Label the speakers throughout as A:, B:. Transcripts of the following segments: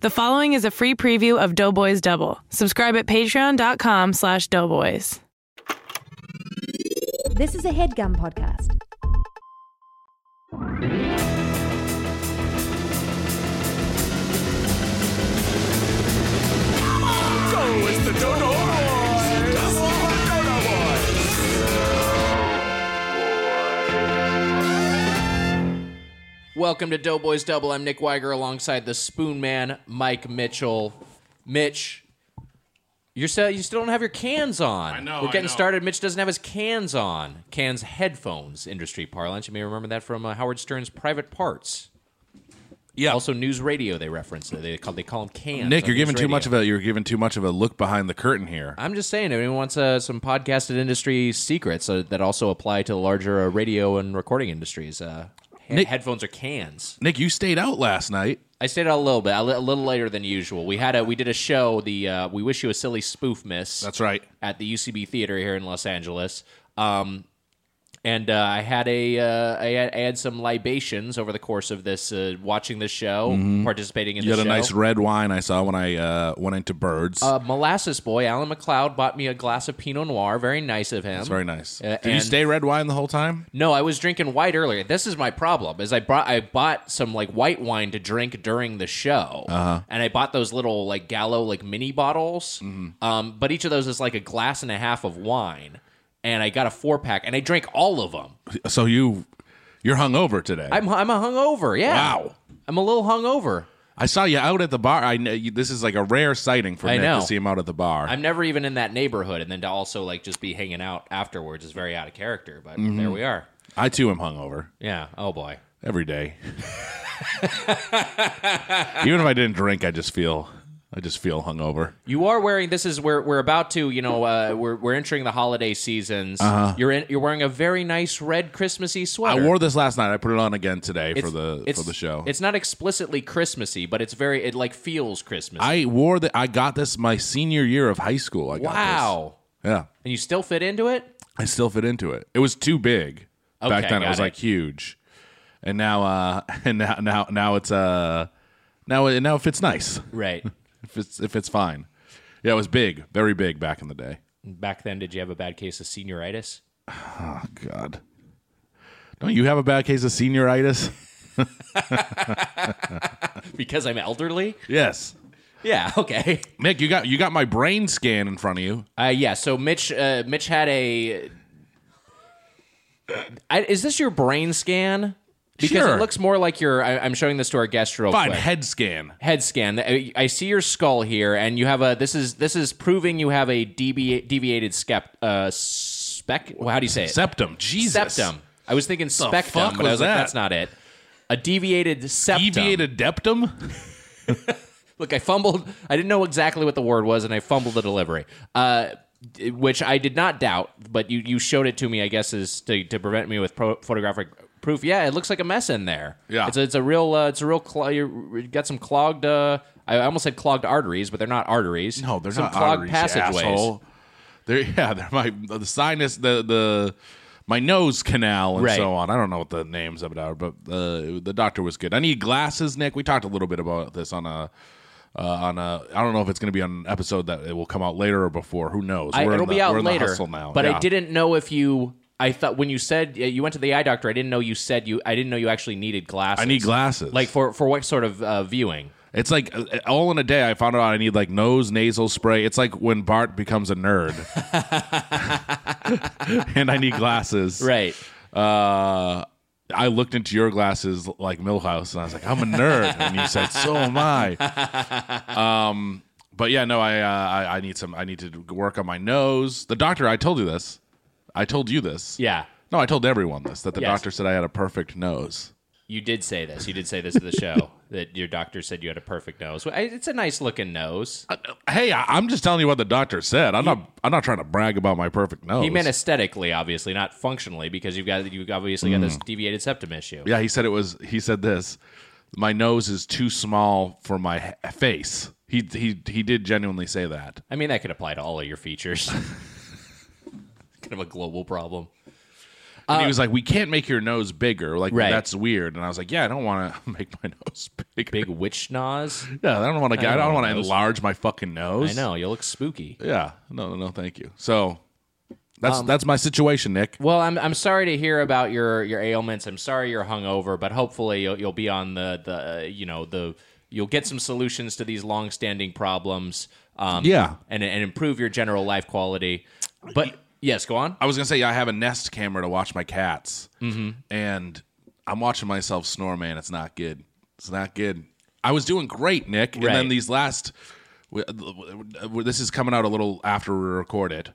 A: The following is a free preview of Doughboys Double. Subscribe at patreon.com slash doughboys.
B: This is a headgum podcast.
C: Go is the Dodo Boys! Dodo Boys!
D: Welcome to Doughboys Double. I'm Nick Weiger alongside the Spoon Man, Mike Mitchell. Mitch, you're still, you still don't have your cans on. I
C: know,
D: We're
C: I
D: getting
C: know.
D: started. Mitch doesn't have his cans on. Cans headphones, industry parlance. You may remember that from uh, Howard Stern's Private Parts.
E: Yeah.
D: Also, news radio. They reference it. They call they call them cans.
E: Nick,
D: on
E: you're
D: news
E: giving too
D: radio.
E: much of a you're giving too much of a look behind the curtain here.
D: I'm just saying, if anyone wants uh, some podcasted industry secrets uh, that also apply to the larger uh, radio and recording industries, uh, he-
E: Nick-
D: headphones are cans.
E: Nick, you stayed out last night.
D: I stayed out a little bit, a li- a little later than usual. We had a we did a show, the uh, We Wish You a Silly Spoof Miss.
E: That's right.
D: At the UCB Theater here in Los Angeles. Um, and uh, I had a uh, I, had, I had some libations over the course of this uh, watching this show, participating in
E: Mm-hmm. You
D: the
E: had a
D: show.
E: nice red wine I saw when I uh, went into Birds.
D: uh, molasses boy Alan McLeod bought me a glass of Pinot Noir. Very nice of him.
E: That's very nice.
D: Uh,
E: Did you
D: and-
E: stay red wine the whole time?
D: No, I was drinking white earlier. This is my problem. Is I brought I bought some like white wine to drink during the show, uh-huh. and I bought those little like Gallo like mini bottles. Um, but each of those is like a glass and a half of wine, and I got a four pack, and I drank all of them.
E: So you you're hungover today.
D: I'm I'm a hungover. Yeah,
E: Wow.
D: I'm a little hungover.
E: I saw you out at the bar. I know you, this is like a rare sighting for
D: I
E: Nick
D: know.
E: to see him out at the bar.
D: I'm never even in that neighborhood, and then to also like just be hanging out afterwards is very out of character. But there we are.
E: I too am hungover
D: Yeah. Oh boy.
E: every day. Even if I didn't drink, I just feel I just feel hungover.
D: You are wearing. This is we're we're about to. You know, uh, we're we're entering the holiday seasons. You're in, you're wearing a very nice red Christmassy
E: Uh-huh. I
D: sweater.
E: wore this last night. I put it on again today
D: It's-
E: for the
D: it's-
E: for the show.
D: It's not explicitly Christmassy, but it's very. It like feels Christmas.
E: I wore that. I got this my senior year of high school. I got
D: wow.
E: this. Yeah,
D: And you still fit into it.
E: I still fit into it. It was too big
D: Okay,
E: back then.
D: got
E: It was
D: it.
E: like huge, and now uh, and now now now it's uh now it now it fits nice.
D: Right.
E: If it's if it's fine. Yeah, it was big, very big back in the day.
D: Back then, did you have a bad case of senioritis?
E: Oh God, don't you have a bad case of senioritis?
D: Because I'm elderly.
E: yes,
D: Yeah. Okay.
E: Mick, you got you got my brain scan in front of you.
D: Uh, yeah. So Mitch, uh, Mitch had a. I, is this your brain scan? Because
E: Sure.
D: it looks more like your. I, I'm showing this to our guest real
E: Fine,
D: quick.
E: head scan.
D: head scan. I I see your skull here, and you have a. This is this is proving you have a devi- deviated skept, uh, spec. Well, how do you say it?
E: Septum, Jesus.
D: septum. I was thinking
E: fuck
D: spectum, but I
E: was
D: was like,
E: that?
D: that's not it. A deviated septum.
E: Deviated deptum.
D: Look, I fumbled. I didn't know exactly what the word was, and I fumbled the delivery, uh, d- which I did not doubt. But you, you showed it to me, I guess, is to, to prevent me with pro- photographic proof. Yeah, it looks like a mess in there.
E: Yeah.
D: it's a, it's a real uh, it's a real cl- you you got some clogged. Uh, I almost said clogged arteries, but they're not arteries.
E: No, they're
D: some
E: not
D: clogged
E: arteries, you
D: passageways.
E: asshole. They're yeah, they're my the sinus, the the my nose canal and
D: Right.
E: so on. I don't know what the names of it are, but uh, the doctor was good. I need glasses, Nick. We talked a little bit about this on a. Uh, on a, I don't know if it's going to be on an episode that it will come out later or before. Who knows?
D: I,
E: We're in
D: it'll
E: the-
D: be out
E: we're in the
D: later.
E: hustle now.
D: But I
E: Yeah.
D: didn't know if you. I thought when you said uh, you went to the eye doctor, I didn't know you said you. I didn't know you actually needed glasses.
E: I need glasses.
D: Like for for what sort of uh, viewing?
E: It's like uh, all in a day. I found out I need like nose nasal spray. It's like when Bart becomes a nerd, and I need glasses.
D: Right.
E: Uh, I looked into your glasses like Millhouse, and I was like, "I'm a nerd," and you said, "So am I." Um, but yeah, no, I, uh, I I need some. I need to work on my nose. The doctor, I told you this. I told you this.
D: Yeah.
E: No, I told everyone this that the
D: Yes.
E: doctor said I had a perfect nose.
D: You did say this. You did say this to the show that your doctor said you had a perfect nose. Well, I- It's a nice looking nose.
E: Uh, hey, I, I'm just telling you what the doctor said. I'm not. I'm not trying to brag about my perfect nose.
D: He meant aesthetically, obviously, not functionally, because you've got you have obviously got this deviated septum issue.
E: Mm. Yeah, he said it was. He said this. My nose is too small for my he- face. He he he did genuinely say that.
D: I mean, that could apply to all of your features. kind of a global problem.
E: And he was like, "We can't make your nose bigger. Like
D: Uh, Right.
E: that's weird." And I was like, "Yeah, I don't want to make my nose bigger.
D: Big witch schnoz.
E: Yeah, I don't want to. I don't
D: want
E: want
D: a
E: to
D: nose.
E: enlarge my fucking nose.
D: I know you look spooky.
E: Yeah. No, no, no. Thank you. So that's
D: Um,
E: that's my situation, Nick.
D: Well, I'm I'm sorry to hear about your your ailments. I'm sorry you're hungover, but hopefully you'll you'll be on the the uh, you know the you'll get some solutions to these long-standing problems. Um,
E: Yeah.
D: and and improve your general life quality. But yes, go on.
E: I was gonna say I have a Nest camera to watch my cats, mm-hmm. and I'm watching myself snore. Man, it's not good. It's not good. I was doing great, Nick, and
D: Right.
E: then these last. w- w- This is coming out a little after we recorded,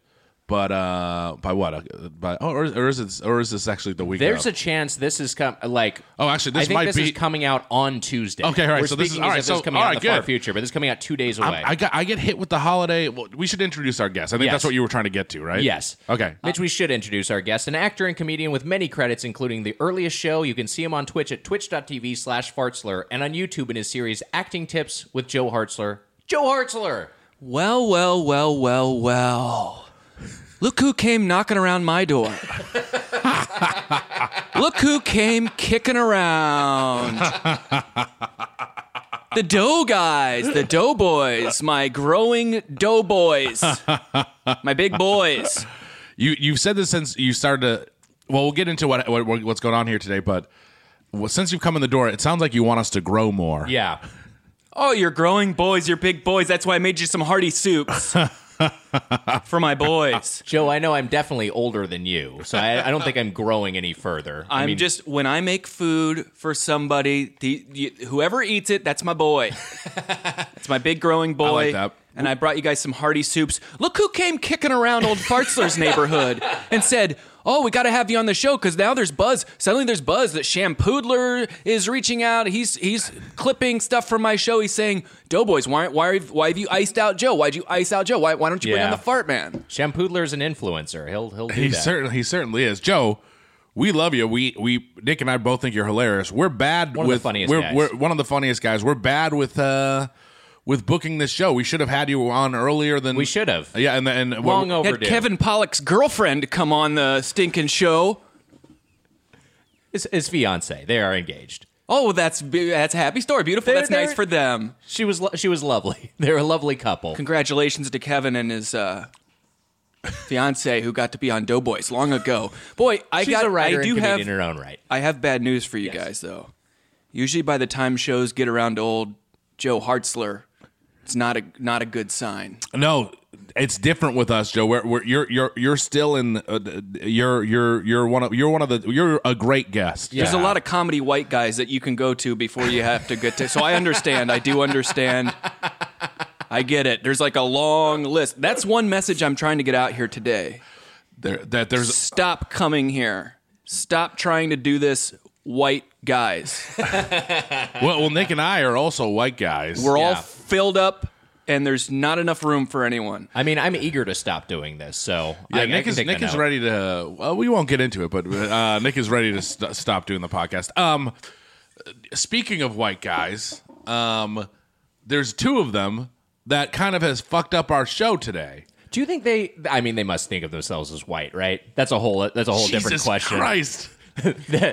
E: but uh, by what? Uh, By oh, or, or is it? Or is this actually the week?
D: There's
E: of?
D: a chance this is com- like
E: Oh, actually, this
D: I think
E: might
D: this
E: be-
D: is coming out on Tuesday.
E: Okay, all right,
D: We're
E: so this is-
D: speaking
E: all
D: as if
E: right, so-
D: this is coming
E: all
D: out
E: right,
D: in the far
E: good.
D: future, but this is coming out two days away.
E: I got I get hit with the holiday. Well, we should introduce our guest. I think
D: Yes.
E: that's what you were trying to get to, right?
D: Yes. Uh,
E: Okay.
D: Mitch, we should introduce our guest, an actor and comedian with many credits, including The Earliest Show. You can see him on Twitch at twitch.tv slash fartzler and on YouTube in his series Acting Tips with Joe Hartzler. Joe Hartzler!
F: Well, well, well, well, well. Look who came knocking around my door. Look who came kicking around. The dough guys, the dough boys, my growing dough boys, my big boys.
E: You you've said this since you started to. Well, we'll get into what, what what's going on here today, but well, since you've come in the door, it sounds like you want us to grow more.
D: Yeah.
F: Oh, you're growing boys, you're big boys. That's why I made you some hearty soups for my boys.
D: Joe, I know I'm definitely older than you, so I, I don't think I'm growing any further.
E: Uh,
F: I'm
D: I mean,
F: just when I make food for somebody, the, you- whoever eats it, that's my boy. that's my big growing boy.
E: like that.
F: And I brought you guys some hearty soups. Look who came kicking around old Fartzler's neighborhood and said, "Oh, we got to have you on the show because now there's buzz. Suddenly there's buzz that Shampoodler is reaching out. He's he's clipping stuff from my show. He's saying, "Doughboys, why why why have you iced out Joe? Why'd you ice out Joe? Why why don't you bring on
D: Yeah.
F: the fart man?"
D: Shampoodler's an influencer. He'll he'll do
E: he
D: that.
E: certainly he certainly is. Joe, we love you. We we Nick and I both think you're hilarious. We're bad
D: One of the
E: with
D: funniest
E: we're,
D: guys.
E: we're one of the funniest guys. We're bad with uh with booking this show. We should have had you on earlier than
D: we should have.
E: Yeah, and and
D: Long
E: well,
F: had
D: overdue.
F: Kevin Pollock's girlfriend come on the stinking show.
D: his, his fiance. They are engaged.
F: Oh, that's be- that's a happy story. Beautiful.
D: They're-
F: that's
D: they're-
F: nice for them.
D: She was lo- she was lovely. They're a lovely couple.
F: Congratulations to Kevin and his uh, fiance who got to be on Doughboys long ago. Boy, I
D: She's
F: got.
D: a writer
F: I
D: and
F: do
D: comedian
F: have.
D: in her own right.
F: I have bad news for you guys though. Usually, by the time shows get around to old Joe Hartzler, it's not a not a good sign.
E: no, it's different with us, Joe. We're, we're you're you're you're still in. Uh, you're you're you're one of you're one of the you're a great guest.
F: There's a lot of comedy white guys that you can go to before you have to get to. So I understand. I do understand. I get it. There's like a long list. That's one message I'm trying to get out here today.
E: there, that there's
F: Stop coming here. Stop trying to do this, white guys.
E: well, well, Nick and I are also white guys.
F: We're all
D: Yeah.
F: filled up, and there's not enough room for anyone.
D: I mean, I'm eager to stop doing this, so
E: Yeah,
D: I, I
E: Nick
D: can
E: is
D: take
E: Nick
D: the
E: is
D: note.
E: ready to. Well, we won't get into it, but uh, Nick is ready to st- stop doing the podcast. Um, speaking of white guys, um, there's two of them that kind of has fucked up our show today.
D: Do you think they? I mean, they must think of themselves as white, right? That's a whole. That's a whole different
E: Jesus
D: question.
E: Christ.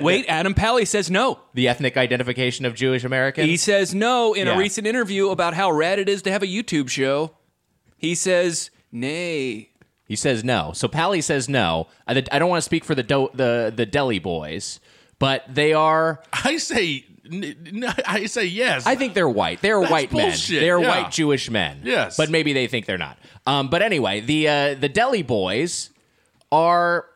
F: Wait, Adam Pally says no.
D: The ethnic identification of Jewish Americans.
F: He says no in
D: Yeah.
F: a recent interview about how rad it is to have a YouTube show. He says, nay.
D: He says no. So Pally says no. I, I don't want to speak for the do, the the deli boys, but they are.
E: I say, n- n- I say yes.
D: I think they're white. They're
E: That's
D: white
E: bullshit,
D: men. They're
E: yeah.
D: white Jewish men.
E: Yes.
D: but maybe they think they're not. Um, but anyway, the uh, the deli boys are.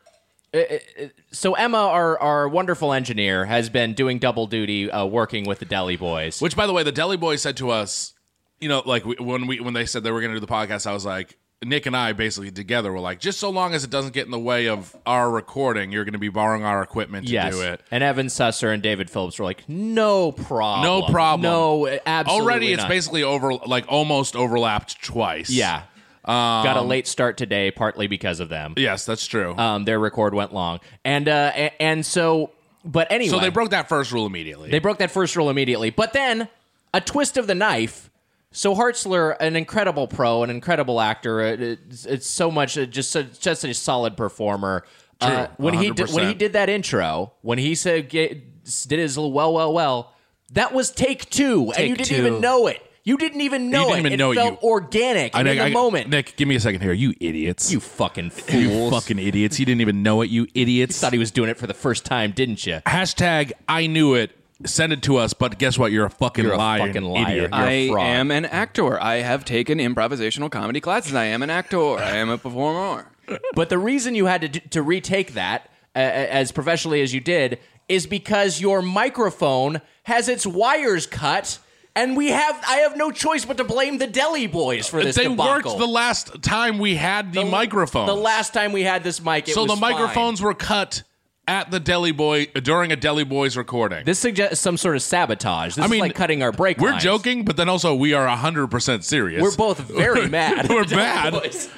D: uh, uh, uh, So Emma, our our wonderful engineer, has been doing double duty, uh, working with the Deli Boys.
E: Which, by the way, the Deli Boy said to us, you know, like we, when we when they said they were going to do the podcast, I was like, Nick and I basically together were like, just so long as it doesn't get in the way of our recording, you're going to be borrowing our equipment to
D: yes.
E: do it.
D: And Evan Susser and David Phillips were like, no problem.
E: No problem.
D: No, absolutely.
E: Already, it's
D: not."
E: basically over, like almost overlapped twice.
D: Yeah.
E: Um,
D: Got a late start today, partly because of them.
E: Yes, that's true.
D: Um, their record went long. And, uh, and, and so, but anyway.
E: so they broke that first rule immediately.
D: They broke that first rule immediately. But then a twist of the knife. So Hartzler, an incredible pro, an incredible actor, uh, it's, it's so much uh, just such, just a solid performer. Uh, when he did, when he
E: 100%.
D: did that intro, when he said ga- s- did his little well well well, that was take two, and you
F: Take
D: didn't even
F: two.
D: know it. You didn't even know
E: didn't
D: it.
E: even
D: it
E: know it,
D: felt
E: you-
D: organic
E: I,
D: in
E: Nick,
D: the
E: I-
D: moment.
E: Nick, give me a second here. You idiots.
D: you fucking fools!
E: You fucking idiots. He didn't even know it, you idiots.
D: thought he was doing it for the first time, didn't you?
E: Hashtag I knew it. Send it to us, but guess what? You're a fucking
D: You're a
E: liar.
D: fucking liar.
E: Idiot.
D: You're
F: I
D: a fraud.
F: am an actor. I have taken improvisational comedy classes. I am an actor. I am a performer.
D: But the reason you had to d- to retake that uh, as professionally as you did is because your microphone has its wires cut, and we have I have no choice but to blame the Deli Boys for this
E: Uh, they
D: debacle.
E: worked the last time we had the, microphone.
D: The last time we had this mic, it
E: so
D: was
E: the
D: fine.
E: microphones were cut at the Deli Boy during a Deli Boys recording.
D: This suggests some sort of sabotage. This
E: I
D: is
E: mean,
D: like cutting our break.
E: we're
D: lines.
E: joking, but then also we are 100% serious.
D: We're both very mad.
E: We're
D: at the
E: mad.
D: Deli Boys.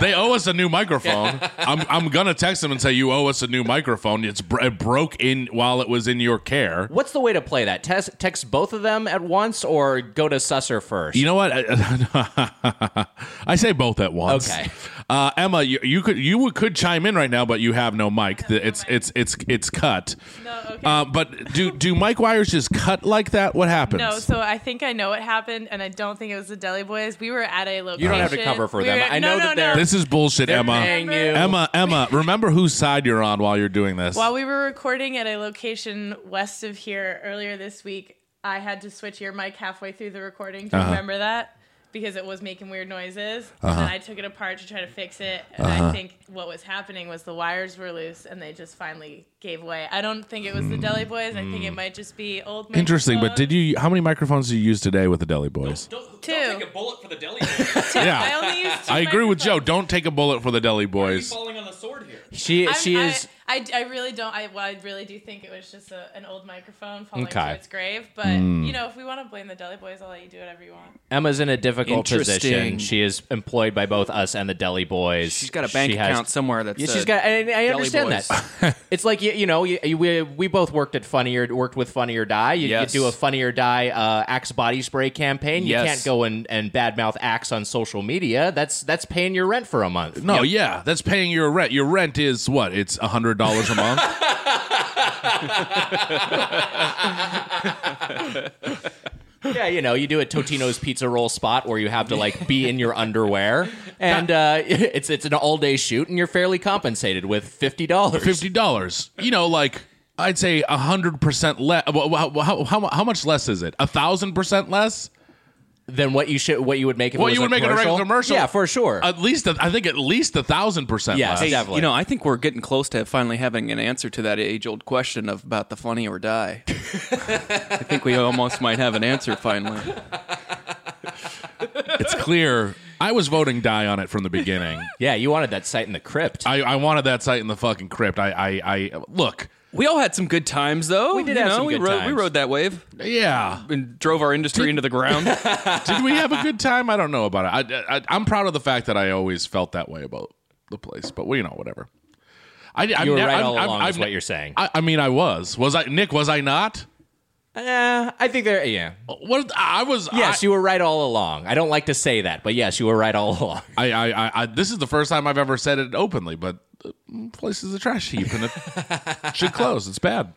E: They owe us a new microphone. I'm, I'm going to text them and say, You owe us a new microphone. It's br- it broke in while it was in your care.
D: What's the way to play that? Test, text both of them at once, or go to Susser first.
E: You know what? I say both at once.
D: Okay.
E: Uh, Emma, you, you could you would- could chime in right now, but you have no mic. The- It's it's it's it's cut. No, okay. Uh, but do do mic wires just cut like that? What happens?
G: No, so I think I know what happened, and I don't think it was the Deli Boys. We were at a location.
D: don't have to cover for
G: We
D: them.
G: were at-
D: I know
G: no,
D: that
G: no,
D: they're-
G: no.
E: this is bullshit,
D: They're
E: Emma.
D: paying you.
E: Emma, Emma, remember whose side you're on while you're doing this.
G: While we were recording at a location west of here earlier this week, I had to switch your mic halfway through the recording.
E: Uh-huh.
G: Do you remember that? Because it was making weird noises,
E: Uh-huh.
G: and I took it apart to try to fix it. And I think what was happening was the wires were loose, and they just finally gave way. I don't think it was the Deli Boys. I think it might just be old.
E: Mm. Interesting, but did you? How many microphones did you use today with the Deli Boys?
G: two?
D: bullet for the Deli Boys.
G: I
E: yeah,
G: only used two
E: I agree with
G: microphones.
E: Joe. Don't take a bullet for the Deli Boys.
D: falling on the sword here. She
G: I'm-
D: she
G: I,
D: is.
G: I, I really don't. I, well, I really do think it was just a, an old microphone falling
D: Okay.
G: to its grave. But
E: Mm.
G: you know, if we want to blame the Deli Boys, I'll let you do whatever you want.
D: Emma's in a difficult position.
F: Interesting.
D: She is employed by both us and the Deli Boys.
F: She's got a bank
D: She has-
F: account somewhere that's.
D: Yeah,
F: uh,
D: she's got. And I
F: Deli
D: understand
F: Boys.
D: that. it's like you, you know, you, you- we we both worked at Funny or worked with Funny or Die. You, you
F: Yes.
D: do a Funny or Die uh, Axe body spray campaign. You
F: Yes.
D: can't go and and badmouth Axe on social media. That's that's paying your rent for a month.
E: No, yeah, that's paying your rent. Your rent is what? It's hundred dollars a month.
D: Yeah, you know, you do a Totino's pizza roll spot where you have to like be in your underwear, and uh, it's it's an all day shoot, and you're fairly compensated with fifty dollars.
E: fifty dollars. You know, like I'd say hundred percent less. How, how, how, how much less is it? A thousand percent less?
D: Than what you should what you would make if
E: Well,
D: it was
E: you would
D: a
E: make it a
D: commercial.
E: regular commercial. Uh,
D: Yeah, for sure.
E: At least, a, I think, at least a thousand percent
D: Yes.
E: less.
D: Hey,
F: You know, I think we're getting close to finally having an answer to that age-old question of about the funny or die. I think we almost might have an answer finally.
E: It's clear. I was voting die on it from the beginning.
D: yeah, you wanted that site in the crypt.
E: I, I wanted that site in the fucking crypt. I, I, I look.
F: We all had some good times, though. We
D: did
F: you
D: have
F: know,
D: some
F: we
D: good
F: rode, We
D: times.
F: rode that wave
E: Yeah.
F: and drove our industry into the ground.
E: Did we have a good time? I don't know about it. I, I, I'm proud of the fact that I always felt that way about the place, but well, you know, whatever. I, you
D: were right all along is what you're saying.
E: I, I mean, I was. Was I Nick? Was I not?
D: Uh, I think there. Yeah.
E: What I was.
D: Yes,
E: I,
D: you were right all along. I don't like to say that, but yes, you were right all along.
E: I, I, I, I, this is the first time I've ever said it openly, but the place is a trash heap and it should close. It's bad.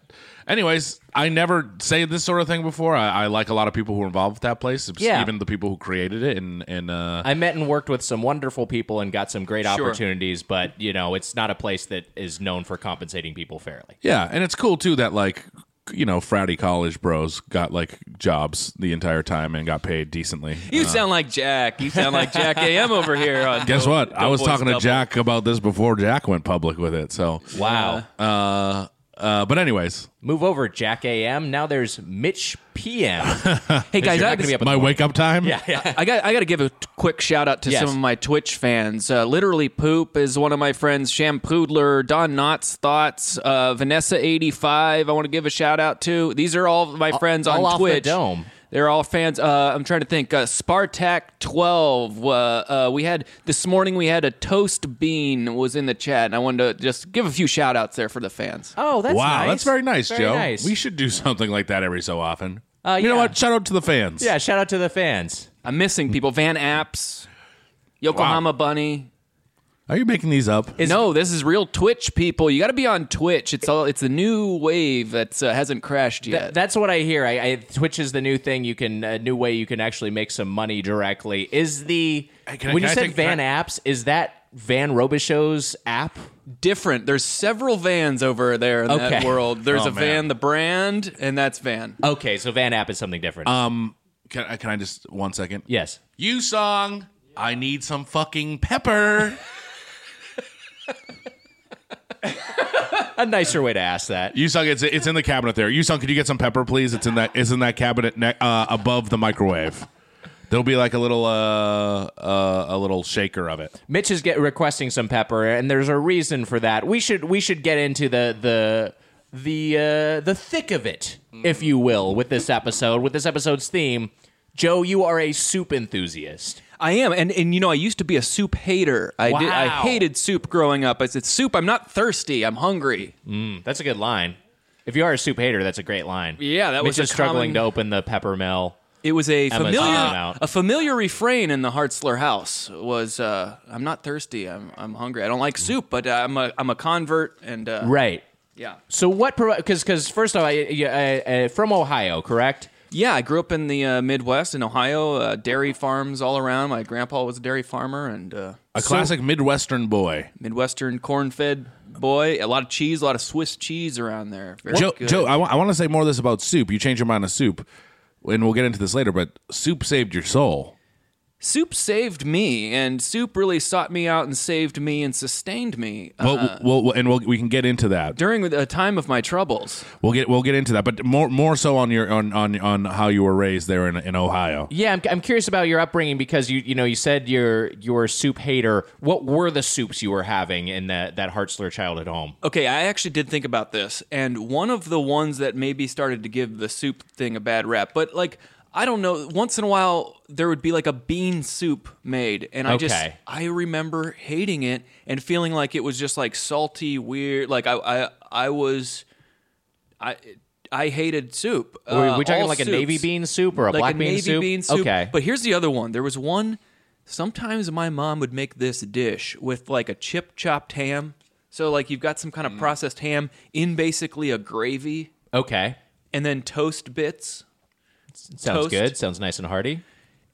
E: Anyways, I never say this sort of thing before. I, I like a lot of people who are involved with that place,
D: Yeah.
E: even the people who created it. And, and uh,
D: I met and worked with some wonderful people and got some great
F: Sure.
D: opportunities, but you know, it's not a place that is known for compensating people fairly.
E: yeah, and it's cool too that like you know fratty college bros got like jobs the entire time and got paid decently.
F: you sound like Jack. You sound like Jack AM over here. On
E: Guess
F: Dope-
E: what? I
F: Dope
E: was
F: Boys
E: talking to
F: Double.
E: Jack about this before Jack went public with it. So
D: Wow.
E: Uh, uh, but anyways,
D: Move over, Jack AM. Now there's Mitch PM.
F: Hey guys,
D: You're
F: I
D: not gonna be up in
E: my wake up time.
D: yeah, yeah.
F: I got I got to give a t- quick shout out to
D: Yes.
F: some of my Twitch fans. Uh, Literally Poop is one of my friends. Shampoodler, Don Knotts, Thoughts, uh, Vanessa eighty five. I want to give a shout out to. These are all my friends
D: all
F: on
D: off the
F: Twitch.
D: dome.
F: They're all fans. Uh, I'm trying to think. Uh, Spartak twelve. Uh, uh, we had this morning. We had a toast bean was in the chat, and I wanted to just give a few shout outs there for the fans.
D: Oh, that's
E: wow,
D: nice.
E: that's very nice,
D: Very
E: Joe.
D: nice.
E: We should do something like that every so often.
D: Uh,
E: you know
D: yeah.
E: what? Shout out to the fans.
D: Yeah, shout out to the fans.
F: I'm missing people. Van Apps, Yokohama Bunny.
E: Are you making these up?
F: no, this is real Twitch people. You got to be on Twitch. It's all. It's a new wave that uh, hasn't crashed
D: Th-
F: yet.
D: that's what I hear. I, I Twitch is the new thing. You can a new way you can actually make some money directly. Is the
E: Hey, can I-
D: when
E: can
D: you
E: I
D: said
E: take-
D: Van
E: can
D: Apps is that Van Robichaux's app?
F: Different. There's several vans over there in that
D: Okay.
F: world. There's
E: Oh,
F: a van,
E: man.
F: the brand, and that's van.
D: Okay, so Van App is something different.
E: Can I, can I just one second?
D: yes.
E: You song. I need some fucking pepper.
D: A nicer way to ask that.
E: You song. It's it's in the cabinet there. You song. Could you get some pepper, please? It's in that. It's in that cabinet ne- uh, above the microwave. There'll be like a little uh, uh a little shaker of it.
D: Mitch is get requesting some pepper, and there's a reason for that. We should we should get into the the the uh, the thick of it, if you will, with this episode, with this episode's theme. Joe, you are a soup enthusiast.
F: I am, and and you know, I used to be a soup hater. I did. I
D: Wow.
F: hated soup growing up. I said, "Soup, I'm not thirsty. I'm hungry."
D: That's a good line. If you are a soup hater, that's a great line.
F: Yeah, that
D: Mitch
F: was a
D: is struggling
F: common-
D: to open the pepper mill.
F: It was a
D: Emma's time
F: familiar
D: out.
F: a familiar refrain in the Hartzler house was uh, I'm not thirsty I'm I'm hungry I don't like soup but uh, I'm a I'm a convert and uh,
D: Right.
F: yeah
D: So what? Because because first off, I, I, I, from Ohio, correct?
F: yeah I grew up in the uh, Midwest in Ohio uh, dairy farms all around my grandpa was a dairy farmer and uh,
E: A classic Midwestern boy.
F: Midwestern corn fed boy a lot of cheese a lot of Swiss cheese around there Very
E: Joe,
F: good.
E: Joe, I want to say more of this about soup. You changed your mind on soup, and we'll get into this later. But soup saved your soul.
F: soup saved me and soup really sought me out and saved me and sustained me uh,
E: Well,
D: Uh-huh.
E: we'll, we'll- and we'll, we can get into that.
F: during the time of my troubles.
E: We'll get we'll get into that, but more more so on your on on, on how you were raised there in, in Ohio.
D: Yeah, I'm, I'm curious about your upbringing because you you know you said you're you're a soup hater. What were the soups you were having in that that Hartzler childhood home?
F: Okay, I actually did think about this, and one of the ones that maybe started to give the soup thing a bad rap, but like I don't know, once in a while there would be like a bean soup made, and I just
D: Okay.
F: I remember hating it and feeling like it was just like salty, weird. Like I I I was I. I hated soup.
D: Were
F: Uh,
D: we talking
F: all
D: like a
F: soups.
D: navy bean soup or a
F: like
D: black
F: a
D: bean
F: navy
D: soup?
F: bean soup.
D: Okay,
F: But here's the other one. There was one. Sometimes my mom would make this dish with like a chip chopped ham. So like you've got some kind of
D: Mm.
F: processed ham in basically a gravy,
D: okay,
F: and then toast bits.
D: sounds
F: Toast.
D: good. Sounds nice and hearty.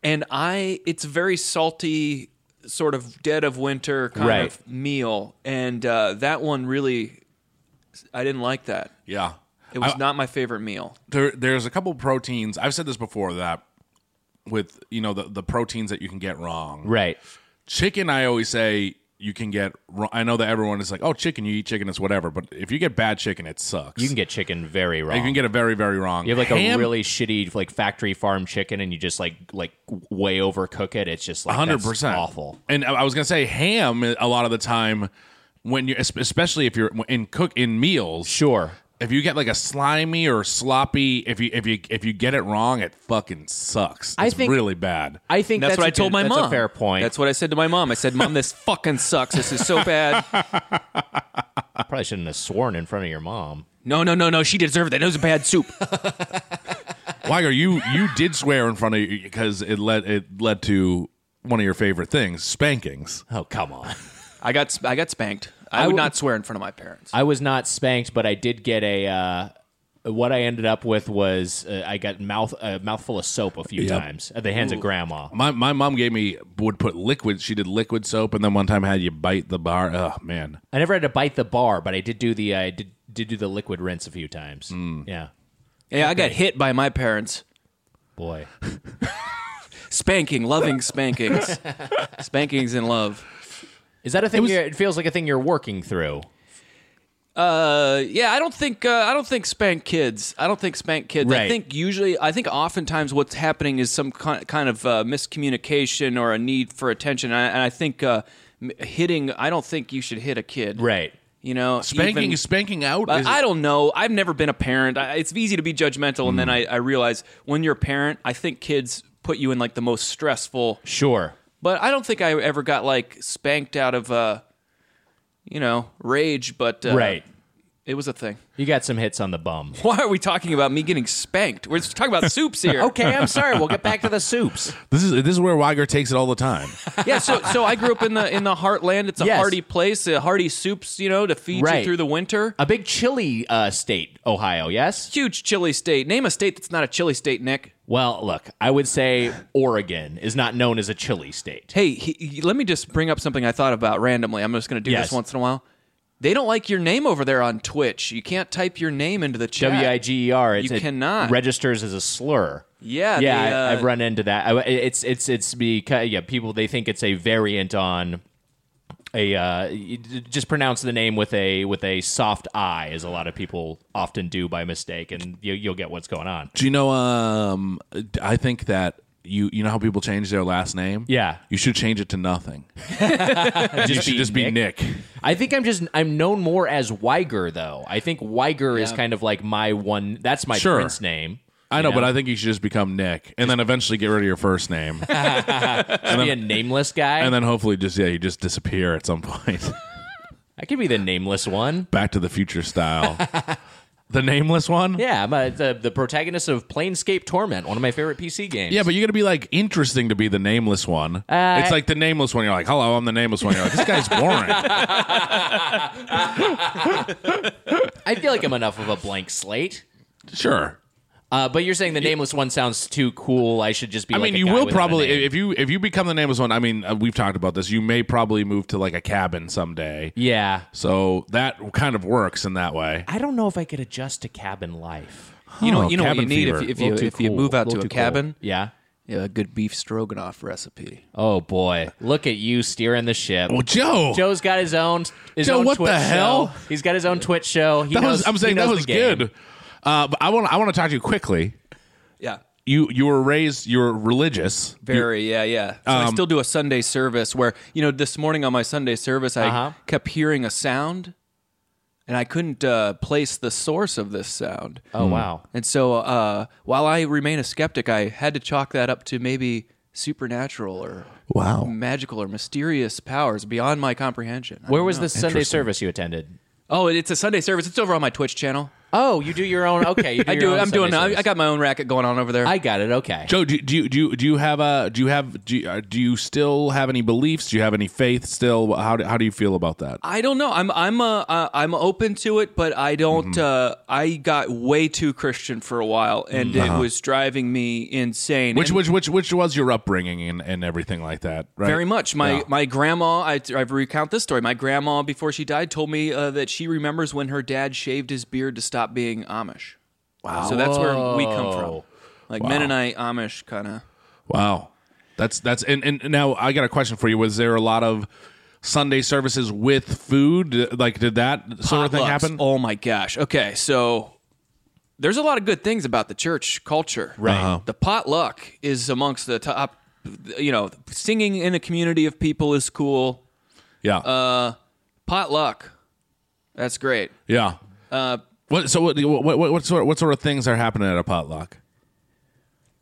F: And I, it's a very salty, sort of dead of winter kind
D: Right.
F: of meal. And uh, that one really, I didn't like that.
E: Yeah,
F: It was not my favorite meal.
E: there there's a couple proteins. I've said this before that with you know the the proteins that you can get wrong.
D: Right.
E: Chicken, I always say you can get. wrong. I know that everyone is like, oh, chicken. You eat chicken, it's whatever. But if you get bad chicken, it sucks.
D: You can get chicken very wrong.
E: you can get it very very wrong.
D: You have like a
E: Ham-
D: really shitty like factory farm chicken, and you just like like way overcook it. It's just like
E: hundred
D: hundred
E: percent
D: awful.
E: And I I was gonna say ham a lot of the time when you, es- especially if you're in cook in meals.
D: Sure.
E: If you get like a slimy or sloppy, if you if you if you get it wrong, it fucking sucks. It's
D: I think-
E: really bad.
D: I think
F: That's,
D: that's,
F: what
D: a
F: I told
D: good-
F: my
D: that's
F: mom.
D: A fair point.
F: That's what I said to my mom. I said, "Mom, this fucking sucks. This is so bad."
D: I probably shouldn't have sworn in front of your mom.
F: No, no, no, no. She deserved it. It was a bad soup.
E: Liger, you you did swear in front of you because it led it led to one of your favorite things, spankings.
D: Oh come on.
F: I got sp- I got spanked. I, would
D: w-
F: not swear in front of my parents.
D: I was not spanked, but I did get a. Uh, what I ended up with was uh, I got mouth a mouthful of soap a few
E: Yep.
D: times at the hands of grandma.
E: My my mom gave me would put liquid. She did liquid soap, and then one time had you bite the bar. Oh man,
D: I never had to bite the bar, but I did do the I did did do the liquid rinse a few times. Yeah,
F: yeah, I got hit by my parents.
D: boy.
F: Spanking, loving spankings, spankings in love.
D: Is that a thing? you're, it feels like a thing you're working through.
F: Uh, yeah, I don't think uh, I don't think spank kids. I don't think spank kids. I
D: Right.
F: think usually, I think oftentimes what's happening is some ki- kind of uh, miscommunication or a need for attention. And I, and I think uh, m- hitting. I don't think you should hit a kid.
D: Right.
F: You know,
E: spanking
F: even-
E: spanking out.
F: I,
E: is-
F: I don't know. I've never been a parent. I, it's easy to be judgmental, and then I, I realize when you're a parent, I think kids put you in like the most stressful.
D: Sure.
F: But I don't think I ever got like spanked out of, uh, you know, rage. But uh,
D: right.
F: It was a thing.
D: You got some hits on the bum.
F: Why are we talking about me getting spanked? We're just talking about soups here.
D: Okay, I'm sorry. We'll get back to the soups.
E: This is this is where Weiger takes it all the time.
F: Yeah, so so I grew up in the in the heartland. It's a
D: Yes.
F: hearty place, uh, hearty soups, you know, to feed you
D: Right.
F: through the winter.
D: A big chili uh, state, Ohio. Yes.
F: Huge chili state. Name a state that's not a chili state, Nick.
D: Well, look, I would say Oregon is not known as a chili state.
F: Hey, he, he- let me just bring up something I thought about randomly. I'm just going to do
D: Yes.
F: this once in a while. They don't like your name over there on Twitch. You can't type your name into the chat.
D: W i g e r.
F: You cannot.
D: registers as a slur.
F: Yeah,
D: yeah.
F: the,
D: I,
F: uh,
D: I've run into that. I, it's it's it's because yeah, people they think it's a variant on a uh, you d- just pronounce the name with a with a soft i, as a lot of people often do by mistake, and you, you'll get what's going on.
E: Do you know? Um, I think that you you know how people change their last name.
D: Yeah.
E: you should change it to nothing. you should just be Nick.
D: I think I'm just I'm known more as Weiger though. I think Weiger is kind of like my one. That's my
E: Sure.
D: prince name.
E: I know, but I think you should just become Nick, and then eventually get rid of your first name,
D: I'd be a nameless guy.
E: and then hopefully just yeah, you just disappear at some point,
D: I could be the nameless one.
E: Back to the Future style. the nameless one.
D: Yeah, I'm a, the, the protagonist of Planescape Torment, one of my favorite PC games.
E: Yeah, but you're gonna be like interesting to be the nameless one. it's like the nameless one. You're like, hello, I'm the nameless one. You're like, this guy's boring.
D: I feel like I'm enough of a blank slate.
E: sure.
D: Uh, but you're saying the nameless one sounds too cool. I should just be.
E: I
D: like
E: mean,
D: a
E: you
D: guy
E: will
D: without a
E: probably
D: name.
E: if you if you become the nameless one. I mean, uh, we've talked about this. You may probably move to like a cabin someday.
D: yeah.
E: So that kind of works in that way.
D: I don't know if I could adjust to cabin life.
F: you know,
E: Oh,
F: you know what you
E: cabin
F: need if
E: fever.
F: you, if
E: A
F: you,
E: little too
F: if you
E: cool.
F: move out
E: Little
F: to a
E: too cool.
F: cabin.
D: Yeah.
F: Yeah, a good beef stroganoff recipe.
D: Oh boy, look at you steering the ship.
E: Well, Oh, Joe,
D: Joe's got his own his
E: Joe,
D: own
E: what
D: Twitch
E: the hell?
D: show. He's got his own Twitch show. He
E: that
D: knows,
E: was I'm
D: he
E: saying that
D: knows
E: was
D: the game.
E: good. Uh, but I want I want to talk to you quickly.
F: Yeah.
E: You you were raised you were religious.
F: Very, yeah, yeah. So I
D: Um,
F: still do a Sunday service where, you know, this morning on my Sunday service, I
D: Uh-huh.
F: kept hearing a sound and I couldn't uh, place the source of this sound.
E: Hmm.
D: Oh wow.
F: And so uh, while I remain a skeptic, I had to chalk that up to maybe supernatural or
E: Wow.
F: magical or mysterious powers beyond my comprehension. I
D: Where
F: don't
D: was
F: know.
D: the Sunday service you attended?
F: Oh, it's a Sunday service. It's over on my Twitch channel.
D: Oh, you do your own. Okay, you do
F: I
D: your
F: do.
D: own
F: I'm doing.
D: Sunday
F: I,
D: service.
F: I got my own racket going on over there.
D: I got it. Okay.
E: Joe, do, do you do you do you have a do you have do you, uh, do you still have any beliefs? Do you have any faith still? How do, how do you feel about that?
F: I don't know. I'm I'm uh, uh, I'm open to it, but I don't.
E: Mm-hmm.
F: Uh, I got way too Christian for a while, and it was driving me insane.
E: Uh-huh. Which
F: And
E: which which which was your upbringing and, and everything like that? Right.
F: very much my
E: Yeah.
F: my grandma. I, I recount this story. My grandma before she died told me uh, that she remembers when her dad shaved his beard to stop being Amish. Wow. So that's where we come from, like Mennonite Amish kind of.
E: Wow, that's that's and, and now I got a question for you. Was there a lot of Sunday services with food? Like, did that sort of thing
F: potlucks.
E: happen?
F: Oh my gosh. Okay, so there's a lot of good things about the church culture. Right. The potluck is amongst the top. You know, singing in a community of people is cool.
E: Yeah,
F: Potluck, that's great.
E: yeah. what so what, what what what sort what sort of things are happening at a potluck?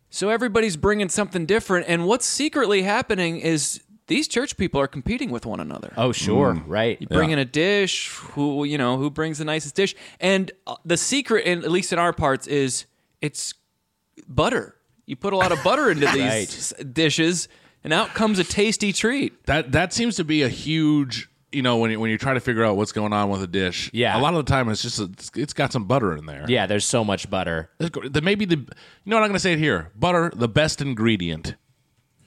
F: So everybody's bringing something different, and what's secretly happening is these church people are competing with one another.
D: oh sure.
E: Hmm.
D: Right.
F: bringing a dish who you know who brings the nicest dish and uh, the secret in, at least in our parts is it's butter you put a lot of butter into these s- dishes and out comes a tasty treat
E: That that seems to be a huge. You know, when you, when you try to figure out what's going on with a dish,
D: Yeah.
E: a lot of the time it's just a, it's- it's got some butter in there.
D: Yeah. There's so much butter.
E: It's gr- the, maybe the you know what I'm going to say it here. Butter, the best ingredient.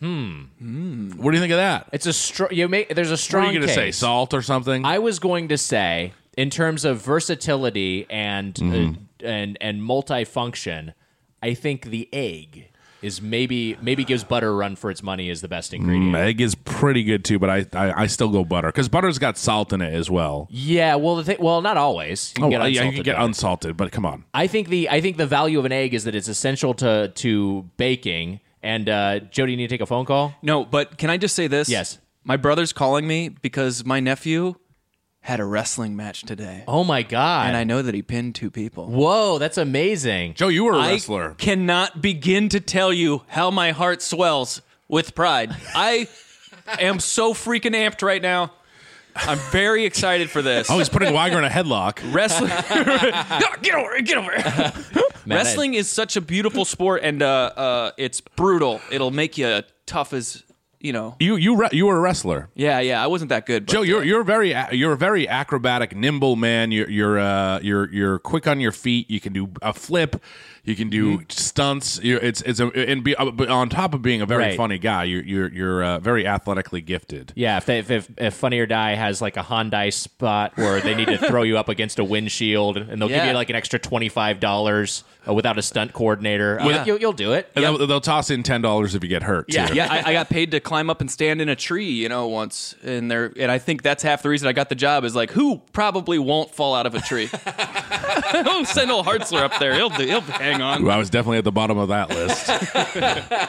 E: Hmm. What do you think of that?
D: It's a strong. You make. There's a
E: What
D: strong.
E: are you going to say?
D: case.
E: Salt or something?
D: I was going to say, in terms of versatility and
E: Hmm.
D: uh, and and multifunction, I think the egg is maybe maybe gives butter a run for its money is the best ingredient.
E: Egg is pretty good too, but I I, I still go butter because butter's got salt in it as well.
D: Yeah, well, the thi- well, not always. You can
E: Oh,
D: get
E: yeah, you
D: unsalted
E: can get
D: butter.
E: unsalted, but come on.
D: I think the I think the value of an egg is that it's essential to to baking. And uh, Jody, you need to take a phone call.
F: no but can i just say this
D: Yes.
F: my brother's calling me because my nephew had a wrestling match today
D: Oh my god!
F: and i know that he pinned two people
D: Whoa, that's amazing.
E: Joe, you were a
F: I
E: wrestler.
F: cannot begin to tell you how my heart swells with pride i am so freaking amped right now I'm very excited for this.
E: Oh, he's putting Weiger in a headlock.
F: Wrestling, get over, get over. Wrestling is such a beautiful sport, and uh, uh, it's brutal. It'll make you tough as you know.
E: You you re- you were a wrestler.
F: Yeah, yeah. I wasn't that good. But
E: Joe, you're you're very a- you're a very acrobatic, nimble man. You're you're uh, you're you're quick on your feet. You can do a flip. You can do
D: Mm-hmm.
E: stunts. You're, it's it's a, and be uh, but on top of being a very
D: Right.
E: funny guy, you're you're you're uh, very athletically gifted.
D: Yeah, if, they, if if if Funny or Die has like a Hyundai spot where they need to throw you up against a windshield, and they'll give
F: Yeah.
D: you like an extra twenty five dollars uh, without a stunt coordinator, uh, you, you'll do it.
E: And they'll, they'll toss in ten dollars if you get hurt.
D: Yeah.
E: too.
F: yeah, I, I got paid to climb up and stand in a tree, you know, once, and there, and I think that's half the reason I got the job is like, who probably won't fall out of a tree? oh, send old Hartzler up there; he'll do- he'll hang on.
E: Well, I was definitely at the bottom of that list.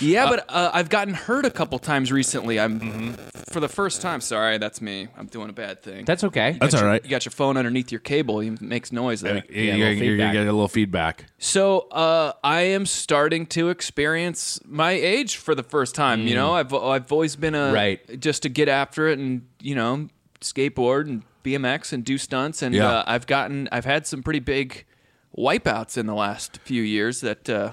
F: Yeah, but uh, Mm-hmm. I've gotten hurt a couple times recently. I'm for the first time. Sorry, that's me. I'm doing a bad thing.
D: That's okay.
E: That's all right.
F: you got your phone underneath your cable. It makes noise. There.
E: you're,
D: little
E: you're gonna
D: feedback.
E: get a little feedback.
F: So uh, I am starting to experience my age for the first time. You know, I've I've always been a
D: Right.
F: just to get after it and you know skateboard and BMX and do stunts and
E: Yeah.
F: uh, I've gotten I've had some pretty big wipeouts in the last few years that uh,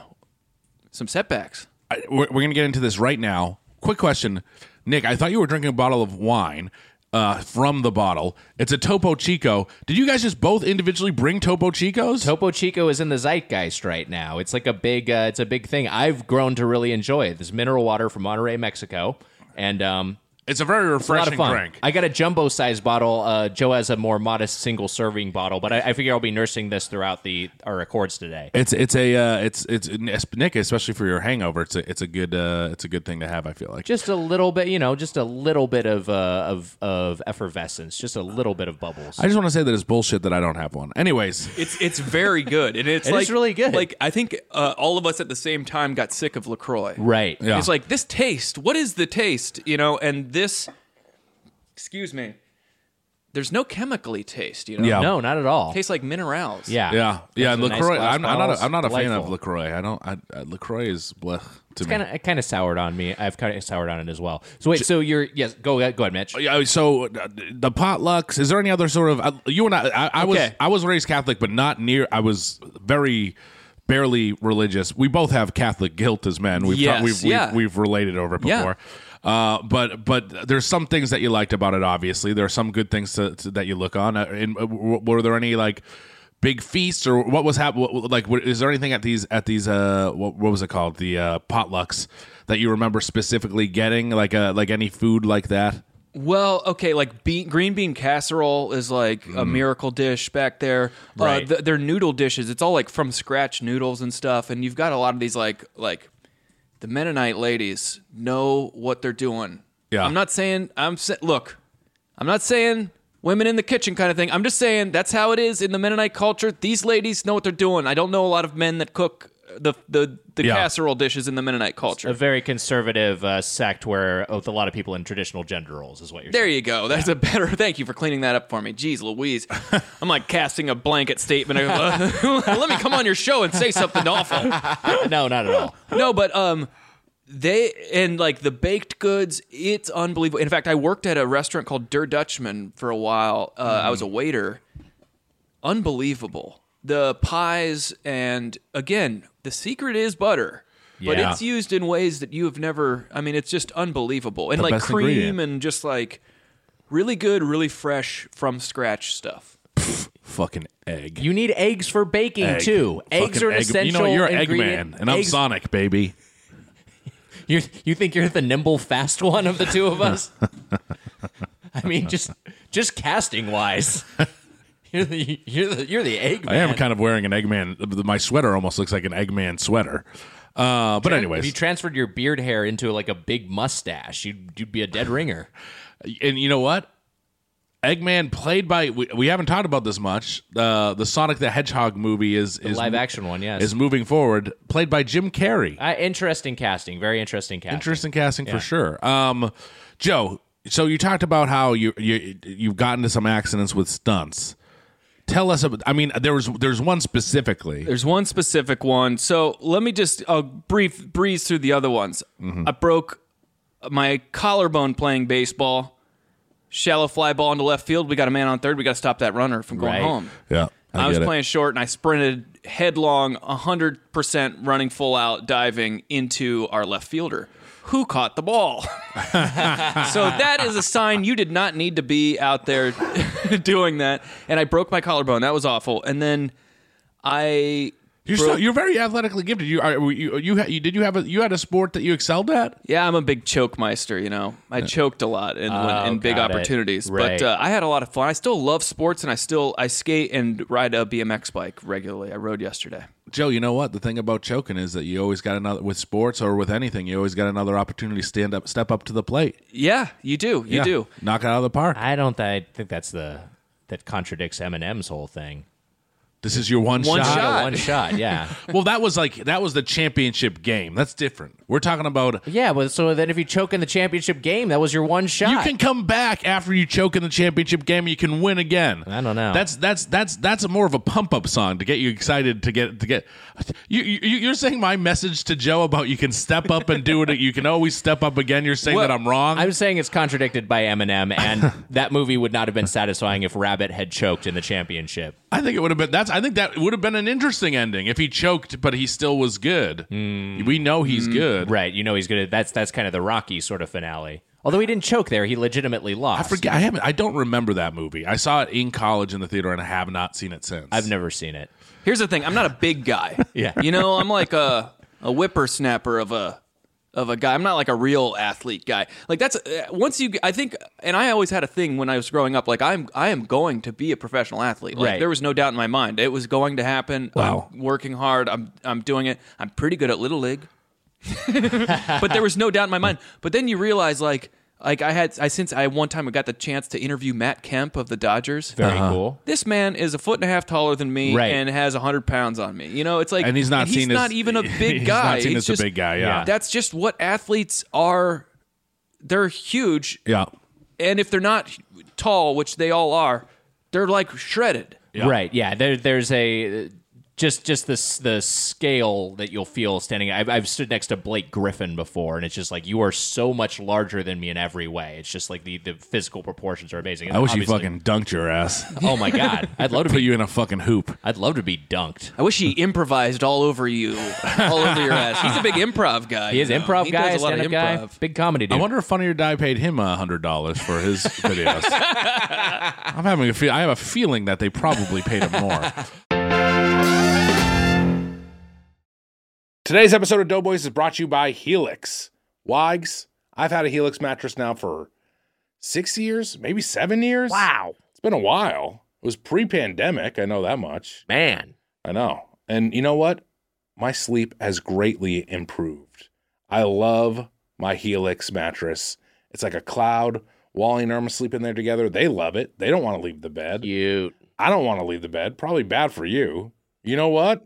F: some setbacks.
E: I, we're, we're gonna get into this right now. Quick question, Nick. I thought you were drinking a bottle of wine uh, from the bottle. It's a Topo Chico. Did you guys just both individually bring Topo Chicos?
D: Topo Chico is in the zeitgeist right now. It's like a big, uh, it's a big thing. I've grown to really enjoy it. This mineral water from Monterey, Mexico, and um,
E: it's a very
D: a lot
E: refreshing
D: of fun.
E: drink.
D: I got a jumbo size bottle. Uh, Joe has a more modest single serving bottle, but I, I figure I'll be nursing this throughout the our records today.
E: it's it's a uh, it's it's Nick especially for your hangover. It's a it's a good uh, it's a good thing to have. I feel like.
D: Just a little bit, you know, just a little bit of uh, of of effervescence, just a little bit of bubbles.
E: I just want to say that it's bullshit that I don't have one. Anyways,
F: It's it's very good and it's
D: It is
F: like
D: really good.
F: Like I think uh, all of us at the same time got sick of Lacroix.
D: right.
E: Yeah.
F: It's like this taste. What is the taste? You know, and this. Excuse me. There's no chemically taste. You know,
E: Yeah.
D: No, not at all.
F: tastes like minerals.
D: Yeah.
E: yeah, yeah.
D: Those are nice
E: Lacroix.
D: glass
E: I'm, I'm not.
D: bottles.
E: A, I'm not a fan of
D: Delightful.
E: Lacroix. I don't. I, I, Lacroix is blech to me.
D: Kind of, it kind of soured on me. I've kind of soured on it as well. So wait, so you're yes, go ahead, go ahead, Mitch.
E: Yeah, so uh, the potlucks. Is there any other sort of uh, you and I? I, I was
F: Okay.
E: I was raised Catholic, but not near. I was very barely religious. We both have Catholic guilt as men. We've
F: Yes,
E: we've,
F: yeah.
E: we've we've related over it
F: Yeah.
E: before. Uh, but but there's some things that you liked about it. Obviously, there are some good things to, to- that you look on. Uh, and uh, w- were there any like big feasts or what was happening? Like, what, is there anything at these at these uh what, what was it called the uh, potlucks that you remember specifically getting? Like uh, like any food like that?
F: Well, okay, like bean, green bean casserole is like a
E: Mm-hmm.
F: miracle dish back there.
D: Right.
F: Uh, th- they're noodle dishes. It's all like from scratch noodles and stuff. And you've got a lot of these like like the Mennonite ladies know what they're doing.
E: Yeah.
F: I'm not saying I'm sa- look. I'm not saying women in the kitchen kind of thing. I'm just saying that's how it is in the Mennonite culture. These ladies know what they're doing. I don't know a lot of men that cook the the, the
E: Yeah.
F: casserole dishes in the Mennonite culture.
D: a very conservative uh, sect where with a lot of people in traditional gender roles is what you're
F: There
D: saying.
F: you go. That's a better. Thank you for cleaning that up for me. Jeez, Louise, I'm like casting a blanket statement. Of, uh, let me come on your show and say something awful.
D: no, not at all.
F: No, but um, they and like the baked goods, it's unbelievable. In fact, I worked at a restaurant called Der Dutchman for a while. Uh, I
E: Mm.
F: was a waiter. Unbelievable. The pies and again, the secret is butter. But
E: Yeah.
F: it's used in ways that you have never. I mean, it's just unbelievable. And
E: The
F: like
E: best
F: cream
E: ingredient.
F: and just like really good, really fresh from scratch stuff.
E: fucking egg.
D: You need eggs for baking
E: Egg.
D: too. Eggs
E: Fucking
D: are an
E: egg.
D: essential.
E: You know, you're
D: ingredient.
E: Eggman, and I'm
D: Eggs-
E: Sonic, baby.
D: You you think you're the nimble, fast one of the two of us? I mean, just just casting wise, you're the you're the you're the Eggman.
E: I am kind of wearing an Eggman. My sweater almost looks like an Eggman sweater. Uh, but
D: If you
E: anyways,
D: transferred your beard hair into like a big mustache, you'd you'd be a dead ringer.
E: and you know what? Eggman played by we, we haven't talked about this much. Uh, the Sonic the Hedgehog movie is, is
D: live action one, yes.
E: is moving forward, played by Jim Carrey.
D: Uh, interesting casting, very interesting casting.
E: Interesting casting for sure. Um, Joe, so you talked about how you you you've gotten to some accidents with stunts. Tell us. About, I mean, there was there's one specifically.
F: There's one specific one. So let me just I'll brief breeze through the other ones. I broke my collarbone playing baseball. Shallow fly ball into left field. We got a man on third. We got to stop that runner from going
D: Right.
F: home.
E: Yeah.
F: I, was
E: get it.
F: playing short and I sprinted headlong, 100% running full out, diving into our left fielder who caught the ball. so that is a sign you did not need to be out there doing that. And I broke my collarbone. That was awful. And then I.
E: You're
F: broke-
E: so, you're very athletically gifted. You are were you you, ha- you did you have a you had a sport that you excelled at?
F: Yeah, I'm a big choke meister. You know, I choked a lot in, when, in big
D: Uh, oh, got it.
F: opportunities,
D: Right.
F: but uh, I had a lot of fun. I still love sports, and I still I skate and ride a BMX bike regularly. I rode yesterday.
E: Joe, you know what? The thing about choking is that you always got another with sports or with anything. You always got another opportunity to stand up, step up to the plate.
F: Yeah, you do, you
E: Yeah.
F: do.
E: knock it out of the park.
D: I don't th- I think that's the that contradicts Eminem's whole thing.
E: This is your one,
F: One
E: shot.
F: shot.
D: One shot, yeah.
E: Well, that was like that was the championship game. That's different. We're talking about
D: yeah, but so then if you choke in the championship game, that was your one shot.
E: you can come back after you choke in the championship game. You can win again.
D: I don't know.
E: That's that's that's that's more of a pump up song to get you excited to get to get. You, you you're saying my message to Joe about you can step up and do it. You can always step up again. You're saying
F: Well,
E: that I'm wrong.
D: I'm saying it's contradicted by Eminem, and that movie would not have been satisfying if Rabbit had choked in the championship.
E: I think it would have been that's I think that would have been an interesting ending if he choked but he still was good. We know he's
D: Hmm.
E: good.
D: Right, you know he's gonna. That's that's kind of the Rocky sort of finale. Although he didn't choke there, he legitimately
E: I
D: lost.
E: forget. I haven't. I don't remember that movie. I saw it in college in the theater, and I have not seen it since.
D: I've never seen it.
F: Here's the thing: I'm not a big guy.
D: Yeah.
F: you know, I'm like a a whippersnapper of a of a guy. I'm not like a real athlete guy. Like that's uh, once you, I think, and I always had a thing when I was growing up. Like I'm, I am going to be a professional athlete. Like
D: Right.
F: there was no doubt in my mind it was going to happen.
E: Wow.
F: I'm working hard. I'm I'm doing it. I'm pretty good at little league. but there was no doubt in my mind. But then you realize like. Like I had, I since I one time I got the chance to interview Matt Kemp of the Dodgers
D: Very cool.
F: this man is a foot and a half taller than me
D: Right.
F: and has 100 pounds on me. You know, it's like,
E: And he's not seen as-
F: not even a big
E: he's
F: guy.
E: not seen
F: It's
E: as a
F: just-
E: big guy, yeah.
F: That's just what athletes are. They're huge.
E: Yeah.
F: And if they're not tall, which they all are, they're like shredded.
D: Right. Yeah. There, there's a just just this the scale that you'll feel standing. I've, I've stood next to Blake Griffin before, and it's just like you are so much larger than me in every way. It's just like the the physical proportions are amazing. And
E: I wish you
D: obviously-
E: fucking dunked your ass.
D: Oh my god. I'd love to
E: Put
D: be.
E: you in a fucking hoop.
D: I'd love to be dunked.
F: I wish he improvised all over you, all over your ass. He's a big improv guy.
D: He is
F: you know?
D: improv
F: He
D: guy,
F: does a lot of
D: stand-up guy,
F: improv.
D: big comedy dude.
E: I wonder if Funny or Die paid him a hundred dollars for his videos. I'm having a feel. I have a feeling that they probably paid him more.
H: Today's episode of Doughboys is brought to you by Helix. Wags, I've had a Helix mattress now for six years, maybe seven years. Wow. It's been a while. It was pre pandemic. I know that much.
D: Man.
H: I know. And you know what? My sleep has greatly improved. I love my Helix mattress. It's like a cloud. Wally and Irma sleep in there together. They love it. They don't want to leave the bed.
D: Cute.
H: I don't want to leave the bed. Probably bad for you. You know what?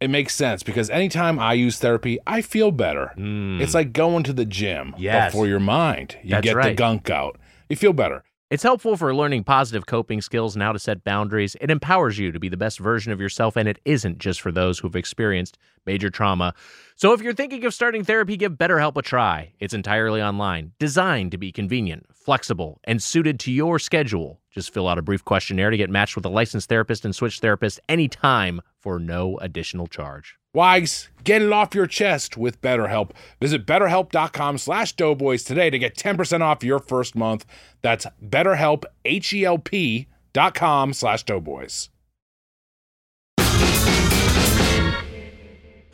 E: It makes sense because anytime I use therapy, I feel better. It's like going to the gym
D: Hmm. Yes.
E: but for your mind. You
D: That's
E: get the
D: right.
E: gunk out. You feel better.
D: it's helpful for learning positive coping skills and how to set boundaries it empowers you to be the best version of yourself and it isn't just for those who've experienced major trauma so if you're thinking of starting therapy give betterhelp a try it's entirely online designed to be convenient flexible and suited to your schedule just fill out a brief questionnaire to get matched with a licensed therapist and switch therapist anytime for no additional charge
E: Wags, get it off your chest with BetterHelp. Visit betterhelp.com slash doughboys today to get 10% off your first month. That's betterhelp, H-E-L-P dot com slash doughboys.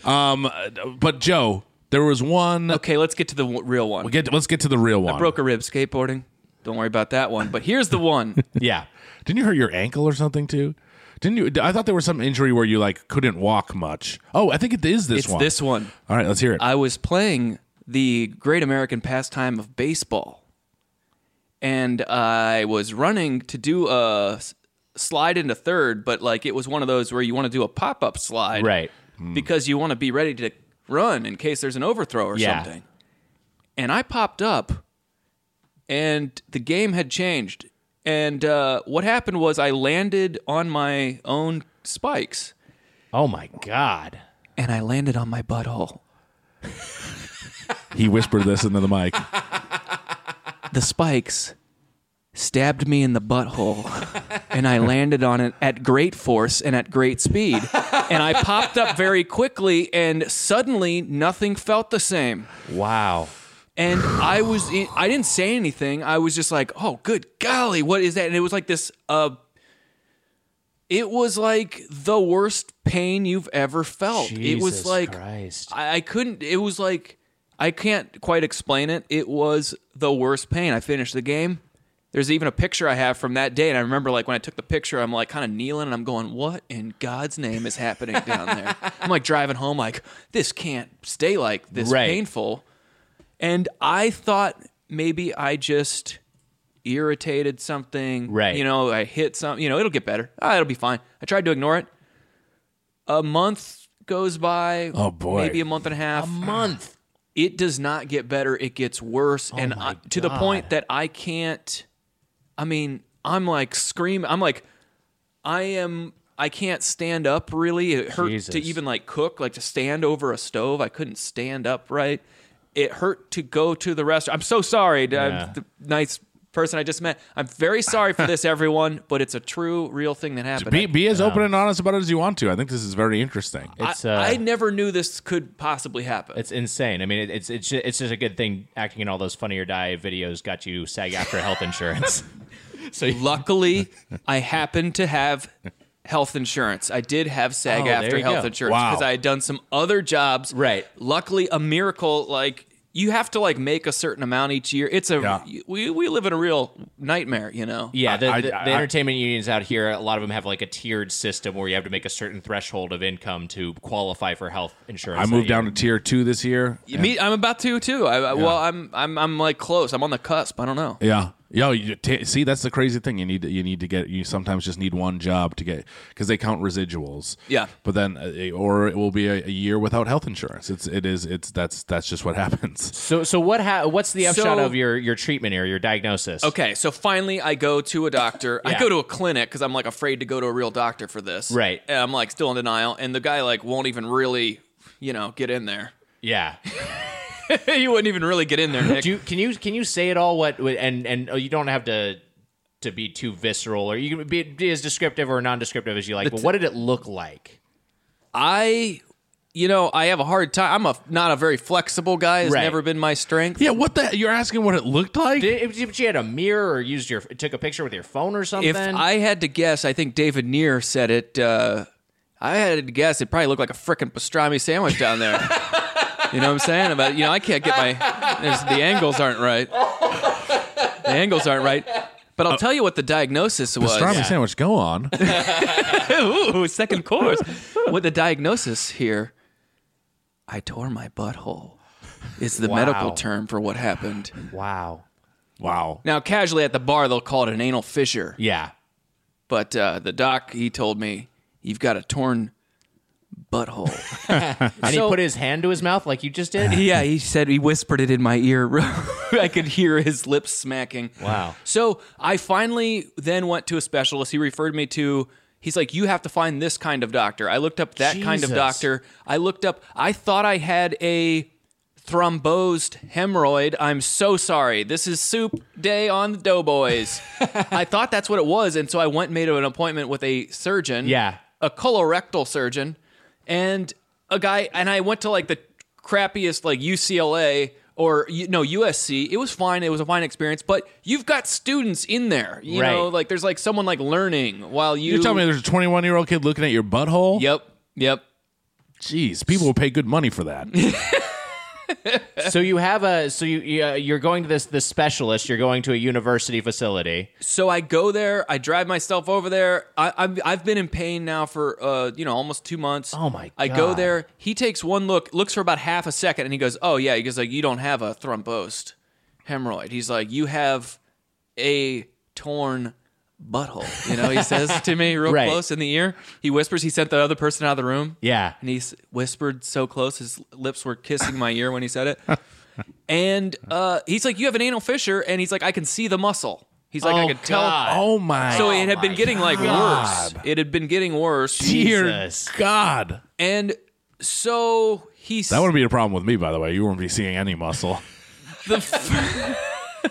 I: Um, but Joe, there was one.
F: Okay, let's get to the w- real one.
I: We'll get, let's get to the real one.
F: I broke a rib skateboarding. Don't worry about that one. But here's the one.
I: Yeah. Didn't you hurt your ankle or something too? Didn't you? I thought there was some injury where you like couldn't walk much. Oh, I think it is this
F: it's
I: one.
F: this one. Uh,
I: All right, let's hear it.
F: I was playing the great American pastime of baseball, and I was running to do a s- slide into third, but like it was one of those where you want to do a pop up slide,
D: Right.
F: Because you want to be ready to run in case there's an overthrow or
D: Yeah.
F: something. And I popped up, and the game had changed. And uh, what happened was I landed on my own spikes,
D: Oh my god.
F: and I landed on my butthole.
I: he whispered this into the mic.
F: the spikes stabbed me in the butthole and I landed on it at great force and at great speed. And I popped up very quickly and suddenly nothing felt the same.
D: Wow.
F: And I was in, I didn't say anything. I was just like, "Oh, good golly, what is that?" And it was like this uh it was like the worst pain you've ever felt. it was like I, I couldn't. It was like I can't quite explain it. It was the worst pain. I finished the game. There's even a picture I have from that day, and I remember like when I took the picture, I'm like kind of kneeling and I'm going, "What in God's name is happening down there?" I'm like driving home, like this can't stay like this
D: Right.
F: painful. And I thought maybe I just irritated something.
J: Right.
F: You know, I hit some. You know, it'll get better. Ah, it'll be fine. I tried to ignore it. A month goes by.
E: Oh, boy.
F: Maybe a month and a half. A
D: month.
F: It does not get better. It gets worse, and I, to the point that I can't. I mean, I'm like screaming. I'm like, I am. I can't stand up really. It hurt to
D: Jesus.
F: even like cook, like to stand over a stove. I couldn't stand up right. It hurt to go to the restaurant. I'm so sorry, to- I'm the nice person I just met. I'm very sorry for this, everyone, but it's a true, real thing that happened.
E: Be, be as open and honest about it as you want to. I think this is very interesting.
F: I,
D: uh,
F: I never knew this could possibly happen.
D: It's insane. I mean, it- it's it's ju- it's just a good thing acting in all those Funny or Die videos got you SAG after health insurance.
F: Luckily, I happened to have health insurance. I did have SAG
D: Oh, there
F: after
D: you
F: health
D: go.
F: insurance
E: Wow.
F: because I had done some other jobs.
D: Right.
F: Luckily, a miracle like you have to like make a certain amount each year. It's a
E: Yeah.
F: we we live in a real nightmare, you know.
D: Yeah, the,
E: I-
D: the,
E: I-
D: the
E: I-
D: entertainment unions out here, a lot of them have like a tiered system where you have to make a certain threshold of income to qualify for health insurance.
E: I
D: that
E: moved
D: year.
E: down to tier two this year.
F: Me, I'm about to too. I, I- Well, I'm I'm I'm like close. I'm on the cusp. I don't know.
E: Yeah. Yo, you ta see, that's the crazy thing. You need to, you need to get. You sometimes just need one job to get because they count residuals.
F: Yeah.
E: But then, uh, or it will be a, a year without health insurance. It's it is it's that's that's just what happens.
D: So so what ha- what's the upshot
F: So-
D: of your your treatment or your diagnosis?
F: Okay, so finally I go to a doctor. I
D: Yeah.
F: go to a clinic because I'm like afraid to go to a real doctor for this.
D: Right.
F: And I'm like still in denial, and the guy like won't even really, you know, get in there.
D: Yeah.
F: you wouldn't even really get in there, Nick.
D: Do you, can you can you say at all what what- and and oh, you don't have to to be too visceral or you can be, be as descriptive or non-descriptive as you like. But what did it look like?
F: I, you know, I have a hard time. I'm a not a very flexible guy. It's
D: Right.
F: never been my strength.
E: Yeah. What the? You're asking what it looked like?
D: Did, did you had a mirror or used your took a picture with your phone or something?
F: If I had to guess, I think David Neer said it. Uh, I had to guess it probably looked like a frickin' pastrami sandwich down there. you know what I'm saying? About you know, I can't get my there's- the angles aren't right. The angles aren't right. But
D: Uh,
F: I'll tell you what the diagnosis was.
E: Pastrami sandwich. Go on.
F: Ooh, second course. With the diagnosis here, I tore my butthole. Is the medical term for what happened.
D: wow.
E: wow.
F: Now, casually at the bar, they'll call it an anal fissure.
D: Yeah.
F: But uh, the doc, he told me, you've got a torn butthole.
D: And he put his hand to his mouth like you just did.
F: yeah, he said, he whispered it in my ear. I could hear his lips smacking.
D: Wow.
F: So I finally then went to a specialist. He referred me to. He's like, you have to find this kind of doctor. I looked up that kind of
D: Jesus.
F: doctor. I looked up. I thought I had a thrombosed hemorrhoid. I'm so sorry. This is soup day on the Doughboys. I thought that's what it was, and so I went and made an appointment with a surgeon.
D: Yeah.
F: a colorectal surgeon, and a guy. And I went to like the crappiest like UCLA or you- no USC. It was fine. It was a fine experience, but you've got students in there. You
D: Right.
F: know, like there's like someone like learning while you.
E: You're telling me there's a 21 year old kid looking at your butthole?
F: Yep. Yep.
E: Jeez, people will pay good money for that.
D: so you have a so you- you uh, you're going to this this specialist. You're going to a university facility.
F: So I go there. I drive myself over there. I, I'm, I've been in pain now for uh, you know almost two months.
D: Oh, my
F: I go
D: God.
F: there. He takes one look, looks for about half a second, and he goes, "Oh yeah." He goes like, "You don't have a thrombosed hemorrhoid." He's like, "You have a torn butthole." You know, he says to me real
D: Right.
F: close in the ear. He whispers. He sent the other person out of the room.
D: Yeah.
F: And he s- whispered so close, his lips were kissing my ear when he said it. And uh, he's like, You have an anal fissure. And he's like, I can see the muscle. He's like, I
D: Oh,
F: could
D: God.
E: oh my.
F: tell. So it had been
D: my
F: getting like
D: God.
F: worse. It had been getting worse.
E: dear
D: Jesus.
E: God.
F: And so he's.
E: That wouldn't be a problem with me, by the way. You wouldn't be seeing any muscle.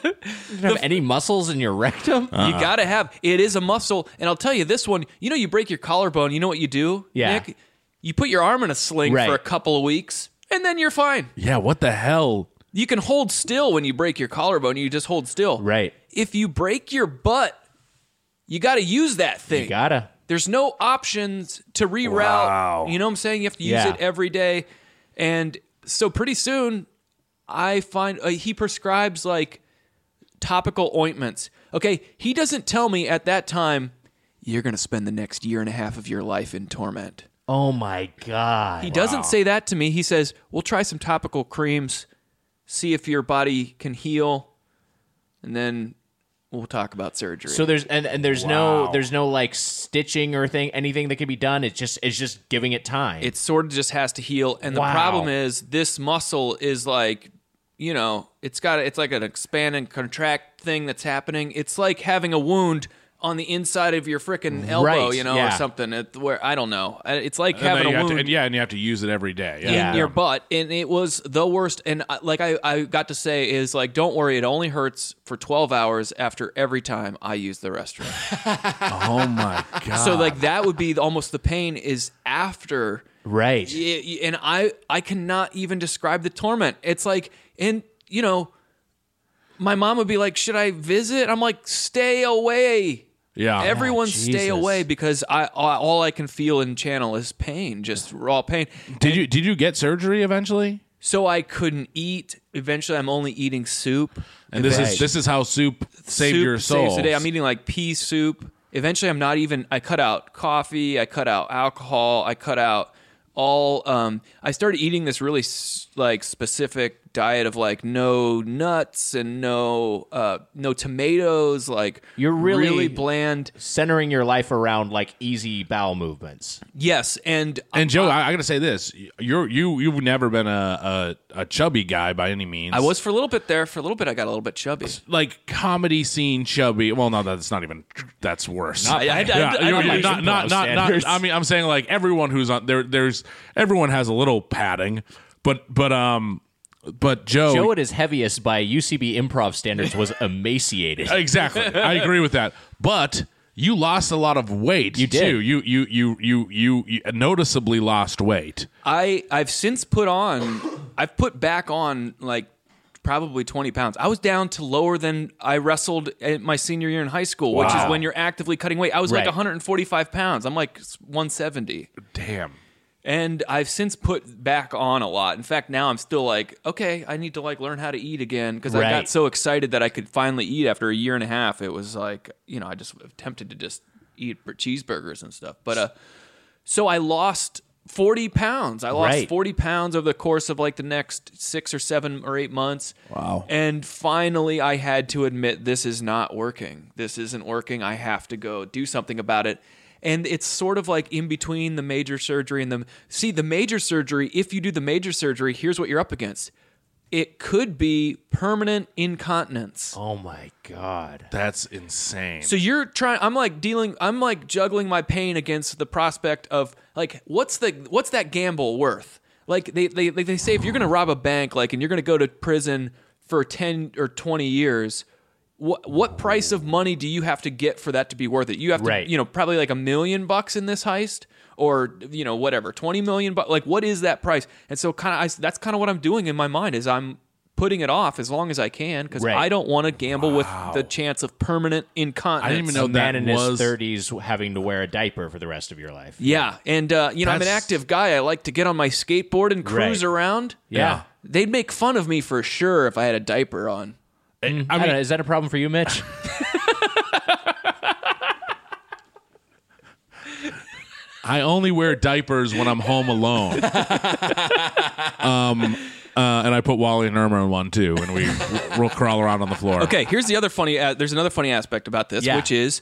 D: You don't have any muscles in your rectum?
F: You gotta have it is a muscle, and I'll tell you this one. You know, you break your collarbone. You know what you do,
D: Yeah.
F: Nick? You put your arm in a sling
D: Right.
F: for a couple of weeks, and then you're fine.
E: Yeah, what the hell?
F: You can hold still when you break your collarbone. You just hold still.
D: Right.
F: If you break your butt, you got to use that thing.
D: You gotta.
F: There's no options to reroute.
E: Wow.
F: You know what I'm saying? You have to use
D: Yeah.
F: it every day. And so pretty soon, I find uh, he prescribes like topical ointments. Okay. He doesn't tell me at that time, you're going to spend the next year and a half of your life in torment.
D: Oh my god.
F: He doesn't say that to me. He says, "We'll try some topical creams, see if your body can heal, and then we'll talk about surgery.
D: So there's and, and there's no there's no like stitching or thing anything that can be done. It's just it's just giving it time.
F: it sort of just has to heal. And the
D: Wow.
F: problem is this muscle is like, you know, it's got it's like an expand and contract thing that's happening. It's like having a wound on the inside of your freaking elbow,
D: Right,
F: you know,
D: yeah.
F: or something. It, where I don't know. Uh, It's like
E: And then
F: having
E: you
F: a
E: have
F: wound
E: to, and yeah, and you have to use it every day. Yeah.
F: in your butt and it was the worst and I, like I, I got to say is like don't worry it only hurts for 12 hours after every time i use the restroom
E: Oh my god.
F: so like that would be the, almost the pain is after
D: right.
F: Y- y- and i i cannot even describe the torment it's like and you know my mom would be like should i visit i'm like stay away
E: yeah.
F: Everyone stay
D: Jesus.
F: away because I all all I can feel and channel is pain, just raw pain.
E: Did you did you get surgery eventually?
F: So I couldn't eat. Eventually, I'm only eating soup.
E: And this is this is how soup saved
F: soup
E: your soul.
F: saves the day. I'm eating like pea soup. Eventually, I'm not even. I cut out coffee. I cut out alcohol. I cut out all. Um, I started eating this really s- like specific diet of like no nuts and no uh, no tomatoes. Like
D: You're really-
F: bland.
D: Centering your life around like easy bowel movements.
F: Yes, and
E: and Joe, I, I gotta say this: you're you you've never been a, a a chubby guy by any means.
F: I was for a little bit there. For a little bit, I got a little bit chubby.
E: like comedy scene chubby. Well, no, that's not even that's worse.
F: I- I- I-
E: Yeah,
F: I- I
E: you're-
F: don't
E: you're
F: use
E: not, not, not, not- I mean, I'm saying like everyone who's on there. There's everyone has a little padding, but but um, but Joe,
J: Joe at his heaviest by UCB improv standards was emaciated.
E: exactly. I agree with that. But you lost a lot of weight. You
J: did.
E: Too. You, you you you you you noticeably lost weight.
F: I I've since put on I've put back on like probably 20 pounds. I was down to lower than I wrestled at my senior year in high school, which is
E: Wow.
F: when you're actively cutting weight. I was like
J: Right.
F: 145 pounds. I'm like 170.
E: Damn.
F: And I've since put back on a lot. In fact, now I'm still like, okay, I need to like learn how to eat again because I got
J: Right.
F: so excited that I could finally eat after a year and a half. It was like, you know, I just tempted to just eat bur- cheeseburgers and stuff. But uh, so I lost 40 pounds. I lost
J: Right.
F: 40 pounds over the course of like the next six or seven or eight months. Wow. And finally, I had to admit this is not working. This isn't working. I have to go do something about it. And it's sort of like in between the major surgery and the. See, the major surgery, if you do the major surgery, here's what you're up against it could be permanent incontinence.
J: oh my god.
E: That's insane.
F: So you're trying. I'm like dealing. I'm like juggling my pain against the prospect of like what's the what's that gamble worth? Like they they they, they say if you're gonna rob a bank, like and you're gonna go to prison for ten or twenty years. What, what price of money do you have to get for that to be worth it? You have to,
J: Right.
F: you know, probably like a million bucks in this heist, or you know, whatever, twenty million. But like, what is that price? And so, kind of, that's kind of what I'm doing in my mind is I'm putting it off as long as I can because
J: Right.
F: I don't want to gamble with the chance of permanent incontinence.
E: I didn't even know
J: a man
E: that
J: in
E: was
J: his 30s having to wear a diaper for the rest of your life.
F: Yeah, and uh, you know I'm an
E: That's-
F: active guy. I like to get on my skateboard and cruise
J: Right.
F: around.
J: Yeah.
F: they'd make fun of me for sure if I had a diaper on.
J: I, don't know, is that a problem for you, Mitch?
E: I only wear diapers when I'm home alone. um, uh, and I put Wally and Irma in one too, and we we'll crawl around on the floor.
F: Okay, here's the other funny. Uh, there's another funny aspect about this,
J: Yeah.
F: which is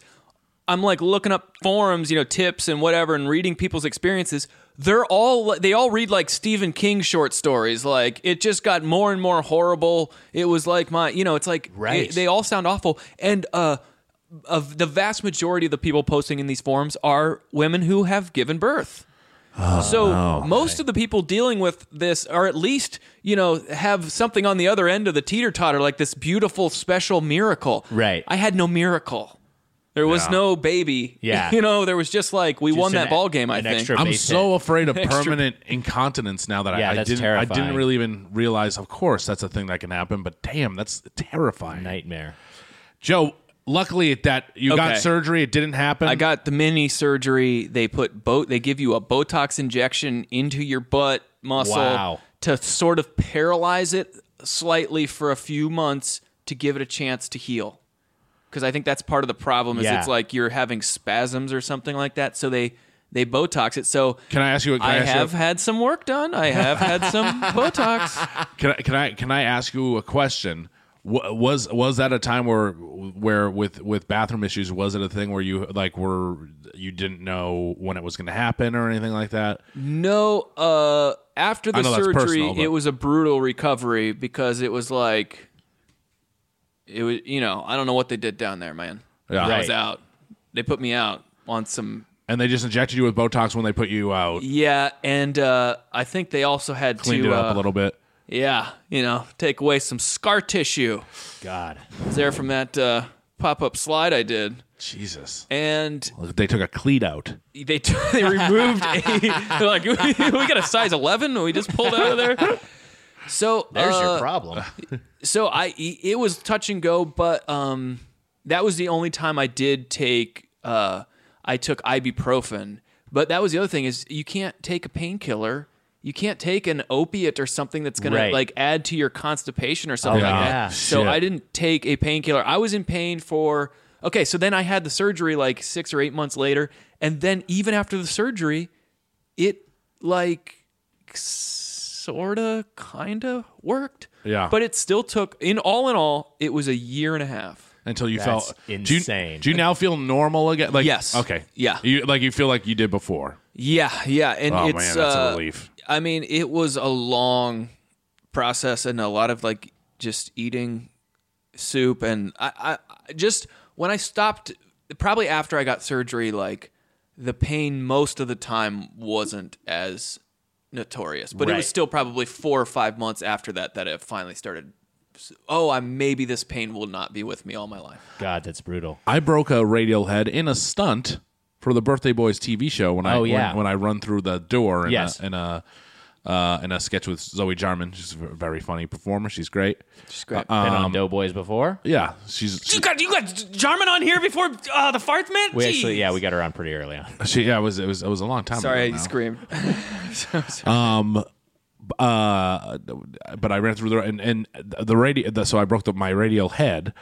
F: I'm like looking up forums, you know, tips and whatever, and reading people's experiences. They're all they all read like Stephen King short stories. Like it just got more and more horrible. It was like my, you know, it's like
J: Right.
F: it- they all sound awful. And uh, of the vast majority of the people posting in these forums are women who have given birth.
J: Oh,
F: So most of the people dealing with this are at least, you know, have something on the other end of the teeter totter, like this beautiful special miracle.
J: Right.
F: I had no miracle. There was no baby.
J: Yeah.
F: You know, there was just like we won
J: an
F: that
J: e-
F: ball game, I
J: an
F: think.
J: extra-
E: I'm
J: base
E: so
J: hit.
E: afraid of permanent incontinence now that I-
J: Yeah,
E: I,
J: that's
E: didn't I didn't
J: terrifying.
E: really even realize. Of course, that's a thing that can happen, but damn, that's terrifying.
J: Nightmare.
E: Joe, luckily at that you got
F: Okay.
E: surgery, it didn't happen.
F: I got the mini surgery. They put bo- they give you a Botox injection into your butt muscle
J: Wow.
F: to sort of paralyze it slightly for a few months to give it a chance to heal. Because I think that's part of the problem is
J: Yeah.
F: it's like you're having spasms or something like that. So they they Botox it. So
E: Can I ask you? Can I,
F: I
E: ask you-
F: have had some work done. I have had some Botox.
E: Can I, can I can I ask you a question? Wa- was was that a time where where with with bathroom issues was it a thing where you like were you didn't know when it was going to happen or anything like that?
F: No, uh, after
E: I
F: the
E: know that's
F: surgery,
E: personal, but-
F: it was a brutal recovery because it was like, it was you know I don't know what they did down there, man.
E: Yeah.
F: I was
E: Right.
F: out. They put me out on some
E: And they just injected you with Botox when they put you out,
F: yeah, and uh, I think they also had
E: cleaned
F: to
E: it up
F: uh,
E: a little bit.
F: yeah you know take away some scar tissue.
J: God.
F: It was there from that uh, pop up slide I did,
E: Jesus,
F: and
E: they took a cleat out.
F: they t- they removed a they're like we got a size 11 we just pulled out of there so
J: There's
F: uh,
J: your problem.
F: so i e, it was touch and go but um that was the only time i did take uh i took ibuprofen but that was the other thing is you can't take a painkiller you can't take an opiate or something that's gonna
J: Right.
F: like add to your constipation or something like
J: yeah.
F: that so
E: Shit.
F: i didn't take a painkiller i was in pain for okay so then i had the surgery like six or eight months later and then even after the surgery it like sort of kind of worked
E: Yeah.
F: but it still took in all in all it was a year and a half
E: Until you
J: That's
E: felt Do you,
J: insane.
E: do you now feel normal again? Like
F: Yes.
E: okay,
F: Yeah.
E: You like you feel like you did before.
F: yeah yeah and
E: Oh
F: it's
E: man, that's
F: uh,
E: a relief.
F: i mean it was a long process and a lot of like just eating soup and i i I just when i stopped probably after i got surgery like the pain most of the time wasn't as notorious but it
J: Right.
F: was still probably four or five months after that that it finally started oh i maybe this pain will not be with me all my life
J: God, that's brutal.
E: I broke a radial head in a stunt for the Birthday Boys TV show when I
J: Oh,
E: when-
J: yeah.
E: when, I run through the door in
J: Yes.
E: a in a, uh, in a sketch with Zoe Jarman. She's a very funny performer. She's great.
F: Just great.
J: Been
E: Um,
J: on Doughboys before.
E: Yeah, she's she,
F: got you got Jarman on here before uh, the farts man.
J: We actually, yeah, we got her on pretty early on.
E: she- yeah, it was it was it was a long time.
F: Sorry,
E: ago
F: I
E: now.
F: screamed.
E: uh, but I ran through the and, and the radio. The, so I broke the, my radial head,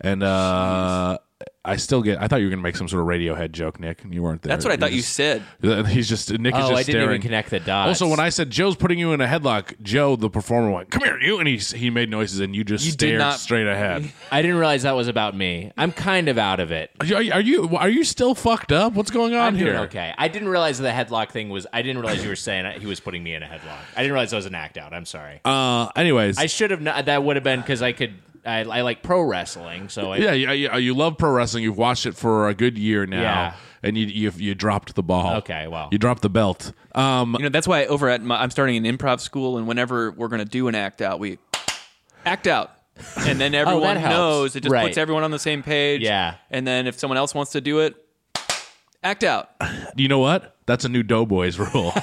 E: and uh, I still get. I thought you were gonna make some sort of radio head joke, Nick, and you weren't there.
F: That's what I
E: You're
F: thought you
E: just-
F: said.
E: He's just Nick is
J: Oh,
E: just
J: I didn't even
E: staring.
J: connect the dots.
E: Also, when I said Joe's putting you in a headlock, Joe, the performer, went, "Come here, you!" and he he made noises, and you just
F: You did
E: stared
F: not-
E: straight ahead.
J: I didn't realize that was about me. I'm kind of out of it.
E: are, you, are you are you still fucked up? What's going on
J: I'm
E: here?
J: doing okay. I didn't realize the headlock thing was. I didn't realize you were saying he was putting me in a headlock. I didn't realize that was an act out. I'm sorry.
E: Uh, anyways,
J: I should have. Not, that would have been because I could. I, I like pro wrestling, so I,
E: yeah, yeah, yeah, you love pro wrestling. You've watched it for a good year now,
J: Yeah.
E: and you you you dropped the ball.
J: Okay, wow.
E: you dropped the belt. Um,
F: You know, that's why over at my, I'm starting an improv school, and whenever we're going to do an act out, we act out. And then everyone
J: Oh, helps.
F: knows. It just
J: Right.
F: puts everyone on the same page.
J: Yeah.
F: And then if someone else wants to do it, act out.
E: you know what? That's a new Doughboys rule.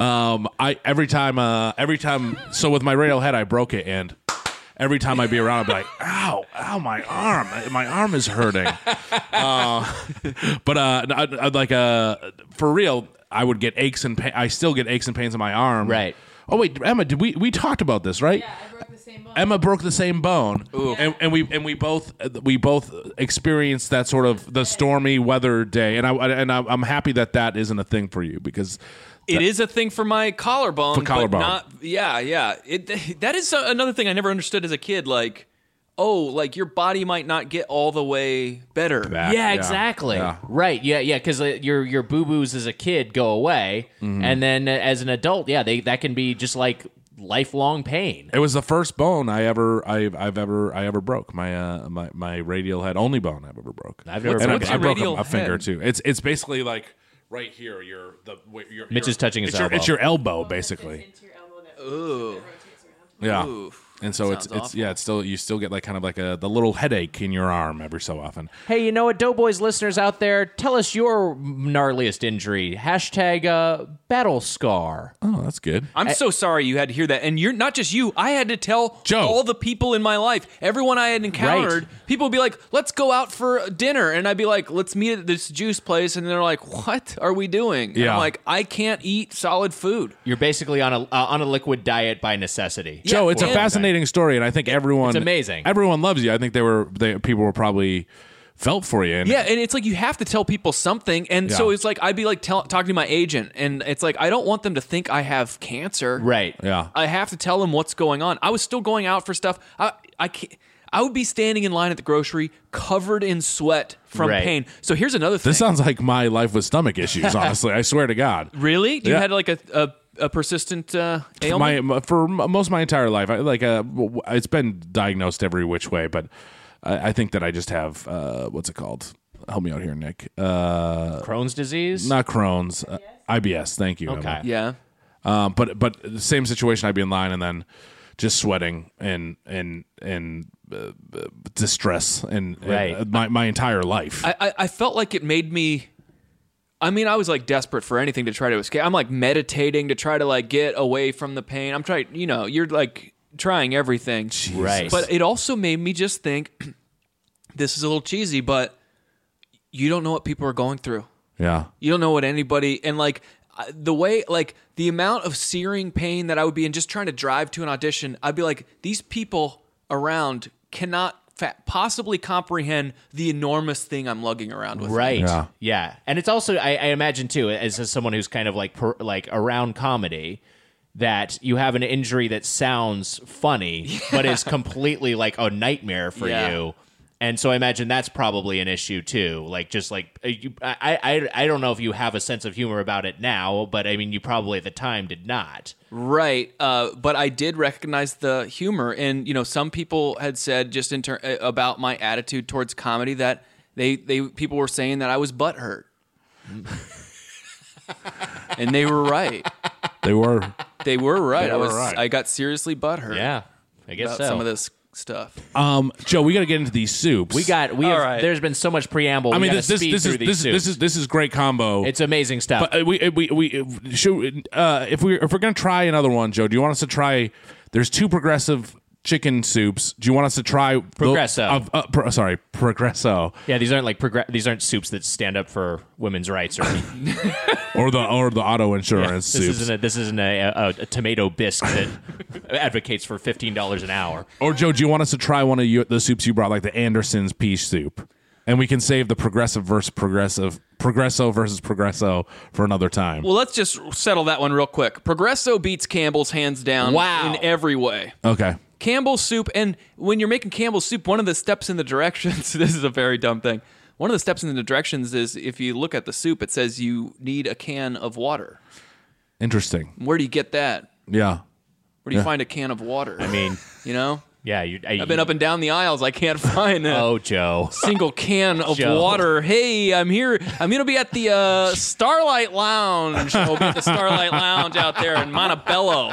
E: um, I every time, uh, every time. So with my radial head, I broke it, and every time I'd be around, I'd be like, "Ow, ow, my arm, my arm is hurting." But uh, I'd, I'd like uh, for real, I would get aches and pain. I still get aches and pains in my arm.
J: Right.
E: Oh wait, Emma, did we we talked about this right?
G: I broke the same bone.
E: Emma broke the same bone, and, and we and we both we both experienced that sort of the stormy weather day, and I and I- I'm happy that that isn't a thing for you because
F: It is a thing for my collarbone.
E: For
F: but
E: collarbone.
F: not- yeah, yeah. It, that is a- another thing I never understood as a kid. Like, oh, like your body might not get all the way better.
E: Back,
J: Yeah, exactly.
E: yeah.
J: Right. Yeah, yeah. Because uh, your your boo boos as a kid go away,
E: Mm-hmm.
J: and then uh, as an adult, yeah, they that can be just like lifelong pain.
E: It was the first bone I ever I, I've ever I ever broke my uh, my my radial head only bone I've ever broke.
J: I've never
E: and
J: broken
E: I, I
J: it.
E: broke a,
F: Radial
E: a finger
F: head.
E: too. It's it's basically like right here. Your the where your,
J: Mitch
E: your-
J: is touching his
E: it's your,
J: elbow.
E: It's your elbow basically.
G: Into your elbow that rotates around.
E: Yeah.
F: Oof.
E: And so it's it's
F: Sounds
E: yeah it's still you still get like kind of like a the little headache in your arm every so often.
J: Hey, you know what, Doughboys listeners out there, tell us your gnarliest injury. Hashtag uh, battle scar.
E: Oh, that's good.
F: I'm so sorry you had to hear that. And you're not just you. I had to tell
E: Joe.
F: all the people in my life, everyone I had encountered. People would be like, "Let's go out for dinner," and I'd be like, "Let's meet at this juice place," and they're like, "What are we doing?" And
E: Yeah.
F: I'm like, "I can't eat solid food."
J: You're basically on a uh, on a liquid diet by necessity.
E: Joe, it's a
F: well-
E: fascinating story, and I think everyone
J: It's amazing.
E: Everyone loves you. I think they were they, people were probably felt for you. And
F: Yeah, and it's like you have to tell people something, and so
E: Yeah.
F: it's like I'd be like tell, talking to my agent, and it's like I don't want them to think I have cancer.
K: Right.
E: Yeah.
F: I have to tell them what's going on. I was still going out for stuff. I I can't, I would be standing in line at the grocery covered in sweat from
D: Right.
F: pain. So here's another thing.
E: This sounds like my life with stomach issues, honestly. I swear to God.
F: really? You
E: Yeah.
F: had like a a, a persistent uh, ailment.
E: my, my for m- most of my entire life, I, like uh, w- w- it's been diagnosed every which way, but I, I think that I just have uh, what's it called? Help me out here, Nick. Uh,
K: Crohn's disease.
E: not Crohn's, uh, IBS. Thank you. Emma.
F: yeah.
E: Um, but but the same situation, I'd be in line and then just sweating and and and uh, uh, distress and, and,
D: Right.
E: uh, my my entire life.
F: I, I, I felt like it made me I mean, I was like desperate for anything to try to escape. I'm like meditating to try to like get away from the pain. I'm trying, you know, you're like trying everything.
D: Right.
F: But it also made me just think this is a little cheesy, but you don't know what people are going through.
E: yeah.
F: You don't know what anybody and like I- the way like the amount of searing pain that I would be in just trying to drive to an audition. I'd be like, these people around cannot fa- possibly comprehend the enormous thing I'm lugging around with. me.
D: Right.
E: Yeah.
D: Yeah. And it's also I, I imagine too, as, as someone who's kind of like per, like around comedy, that you have an injury that sounds funny but is completely like a nightmare for
F: Yeah.
D: you. And so I imagine that's probably an issue too. Like just like uh, you, I, I I don't know if you have a sense of humor about it now, but I mean you probably at the time did not.
F: Right, uh, but I did recognize the humor, and you know, some people had said just in ter- uh, about my attitude towards comedy that they they people were saying that I was butthurt, and they were right.
E: They were.
F: They were right. I
E: were
F: was
E: right.
F: I got seriously butthurt.
D: Yeah. I guess
F: about
D: so.
F: some of this stuff.
E: Um, Joe, we got to get into these soups.
D: we got we
F: All
D: have,
F: right.
D: there's been so much preamble.
E: I
D: we
E: mean,
D: gotta
E: this this,
D: speed
E: this
D: through
E: is
D: these
E: this, is- this
D: soups.
E: is this is great combo.
D: it's amazing stuff.
E: But uh, we uh, we we uh, should uh, if we if we're gonna try another one, Joe. Do you want us to try? There's two progressive chicken soups. Do you want us to try the-
D: Progresso.
E: of- uh, pro- sorry, progresso
D: Yeah, these aren't like progr- these aren't soups that stand up for women's rights or anything.
E: or the or the auto
D: this
E: insurance soups.
D: isn't a, this isn't a, a, a tomato bisque that advocates for fifteen dollars an hour.
E: or Joe, do you want us to try one of you, the soups you brought, like the Anderson's pea soup? And we can save the progressive versus progressive, progresso versus progresso for another time.
F: Well, let's just settle that one real quick. Progresso beats Campbell's hands down.
D: Wow.
F: in every way.
E: okay.
F: Campbell's soup, and when you're making Campbell's soup, one of the steps in the directions, this is a very dumb thing. One of the steps in the directions is if you look at the soup, it says you need a can of water.
E: Interesting.
F: Where do you get that?
E: Yeah.
F: Where do you find a can of water?
D: I mean,
F: you know,
D: yeah, you, I,
F: I've been up and down the aisles. I can't find a
D: Oh, Joe.
F: single can of
D: Joe.
F: water. Hey, I'm here. I'm gonna be at the uh, Starlight Lounge. I'll be at the Starlight Lounge out there in Montebello.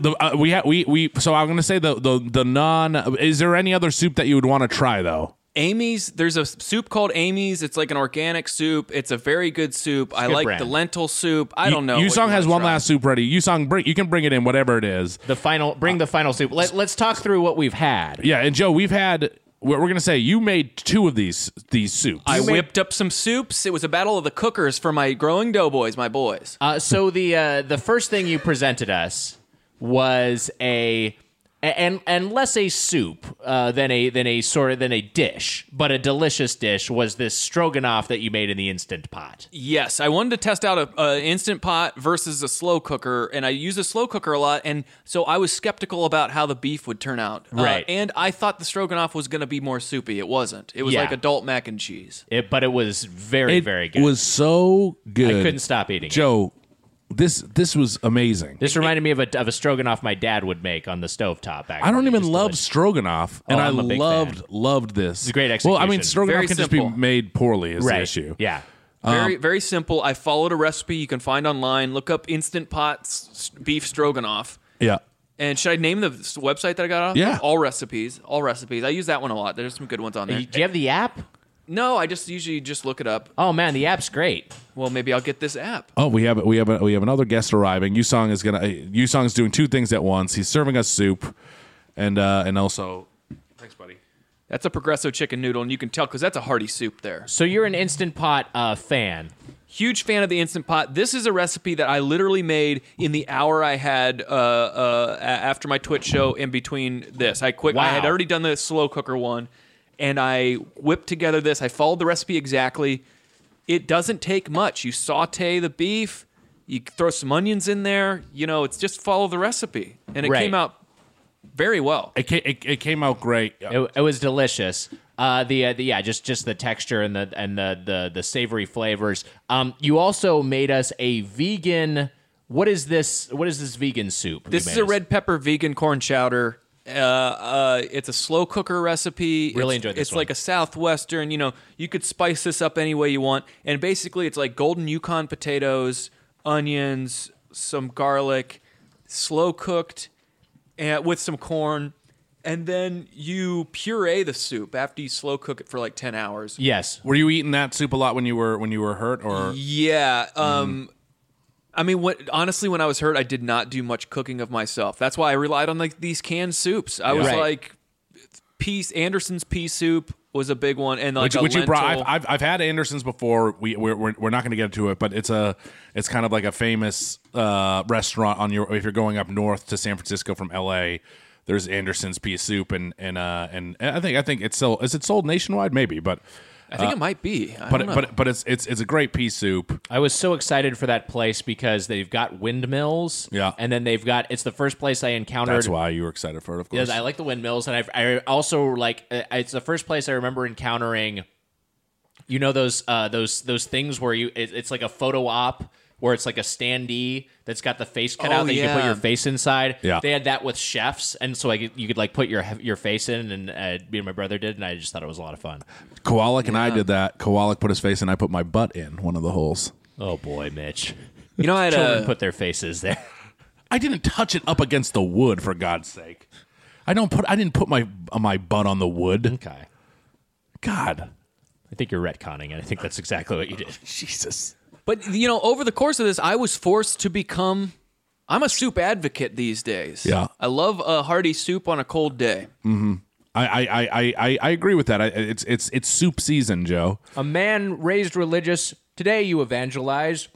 E: The, uh, we ha- we we so I'm gonna say the the the non. Is there any other soup that you would want to try though?
F: Amy's. There's a soup called Amy's. It's like an organic soup. It's a very good soup. I
D: good
F: like
D: brand.
F: the lentil soup. I
E: You-
F: don't know. what
E: Yusong
F: you
E: has
F: wanna
E: one
F: try.
E: last soup ready. Yusong, bring you can bring it in, whatever it is.
D: The final,
F: Uh,
D: bring the final soup. Let, let's talk through what we've had.
E: Yeah, and Joe, we've had. We're, we're gonna say you made two of these these soups.
F: I whipped up some soups. It was a battle of the cookers for my growing doughboys, my boys.
D: Uh, so the uh, the first thing you presented us was a and and less a soup uh, than a than a sort of than a dish, but a delicious dish was this stroganoff that you made in the instant pot.
F: yes, I wanted to test out a, a instant pot versus a slow cooker, and I use a slow cooker a lot, and so I was skeptical about how the beef would turn out. Uh,
D: Right.
F: and I thought the stroganoff was going to be more soupy. It wasn't. It was
D: Yeah.
F: like adult mac and cheese.
D: It, but it was very
E: it
D: very good.
E: was so good.
D: I couldn't stop eating. it.
E: Joe, this this was amazing.
D: This reminded me of a of a stroganoff my dad would make on the stovetop. Back
E: I
D: when
E: don't
D: it
E: even
D: was
E: love
D: delicious.
E: stroganoff, and
D: Oh,
E: I
D: I'm a big
E: loved
D: fan.
E: loved this. It's
D: a great
E: Well, I mean,
D: execution.
E: stroganoff
F: Very
E: can
F: simple.
E: just be made poorly is
D: right.
E: the issue.
D: Yeah,
F: Very,
D: Um,
F: very simple. I followed a recipe you can find online. Look up instant pot s- s- beef stroganoff.
E: yeah.
F: And should I name the s- website that I got off?
E: Yeah.
F: All recipes. All recipes. I use that one a lot. There's some good ones on there.
D: You- do you have the app?
F: No, I just usually just look it up.
D: Oh man, the app's great.
F: Well, maybe I'll get this app.
E: Oh, we have we have a, we have another guest arriving. Yusong is gonna uh, Yusong is doing two things at once. He's serving us soup, and uh, and also
F: That's a Progresso chicken noodle, and you can tell because that's a hearty soup there.
D: So you're an instant pot uh, fan.
F: Huge fan of the Instant Pot. This is a recipe that I literally made in the hour I had uh, uh, a- after my Twitch show in between this. I quick. I had
D: Wow.
F: already done the slow cooker one, and I whipped together this. I followed the recipe exactly. It doesn't take much. You saute the beef, you throw some onions in there. You know, it's just follow the recipe, and it
D: Right.
F: came out very well.
E: It, ca- it, it came out great.
D: It, it was delicious. Uh, the, uh, the yeah, just just the texture and the and the the, the savory flavors. Um, you also made us a vegan. What is this? What is this vegan soup? you
F: This is
D: made
F: a
D: us?
F: red pepper vegan corn chowder. Uh, uh, it's a slow cooker recipe.
D: Really
F: it's,
D: enjoyed this
F: It's
D: one.
F: like a southwestern. You know, you could spice this up any way you want, and basically, it's like golden Yukon potatoes, onions, some garlic, slow cooked, and with some corn, and then you puree the soup after you slow cook it for like ten hours.
D: Yes.
E: Were you eating that soup a lot when you were when you were hurt or
F: Yeah. Um, I mean, what, honestly, when I was hurt, I did not do much cooking of myself. That's why I relied on like these canned soups. I was
D: Right.
F: like, pea Anderson's pea soup was a big one, and like
E: which,
F: a
E: which you brought? I've,
F: lentil-
E: I've, I've had Anderson's before. We we're, we're, we're not going to get into it, but it's a it's kind of like a famous uh, restaurant on your if you're going up north to San Francisco from L.A. There's Anderson's pea soup and and uh, and and I think I think it's still is it sold nationwide maybe, but
F: I think it might be. I
E: but
F: don't know.
E: but but it's it's it's a great pea soup.
D: I was so excited for that place because they've got windmills.
E: Yeah.
D: And then they've got it's the first place I encountered.
E: That's why you were excited for it, of course.
D: Yes, I like the windmills, and I've, I also like uh, it's the first place I remember encountering. You know those uh, those those things where you it, it's like a photo op where it's like a standee that's got the face cut
F: Oh,
D: out that you can put
F: yeah.
D: your face inside.
E: Yeah.
D: they had that with chefs, and so I could, you could like put your your face in, and uh, me and my brother did, and I just thought it was a lot of fun.
E: Kowalik and I did that. Kowalik put his face in. I put my butt in one of the holes.
D: Oh boy, Mitch, Uh,
F: you know, I had uh,
D: children
F: a,
D: put their faces there.
E: I didn't touch it up against the wood for God's sake. I don't put. I didn't put my uh, my butt on the wood.
D: Okay,
E: God,
D: I think you're retconning, and I think that's exactly what you did.
E: Jesus.
F: but you know, over the course of this, I was forced to become. I'm a soup advocate these days.
E: Yeah.
F: I love a hearty soup on a cold day.
E: I I I I- I, I agree with that. I, it's it's it's soup season, Joe.
D: A man raised religious, today you evangelize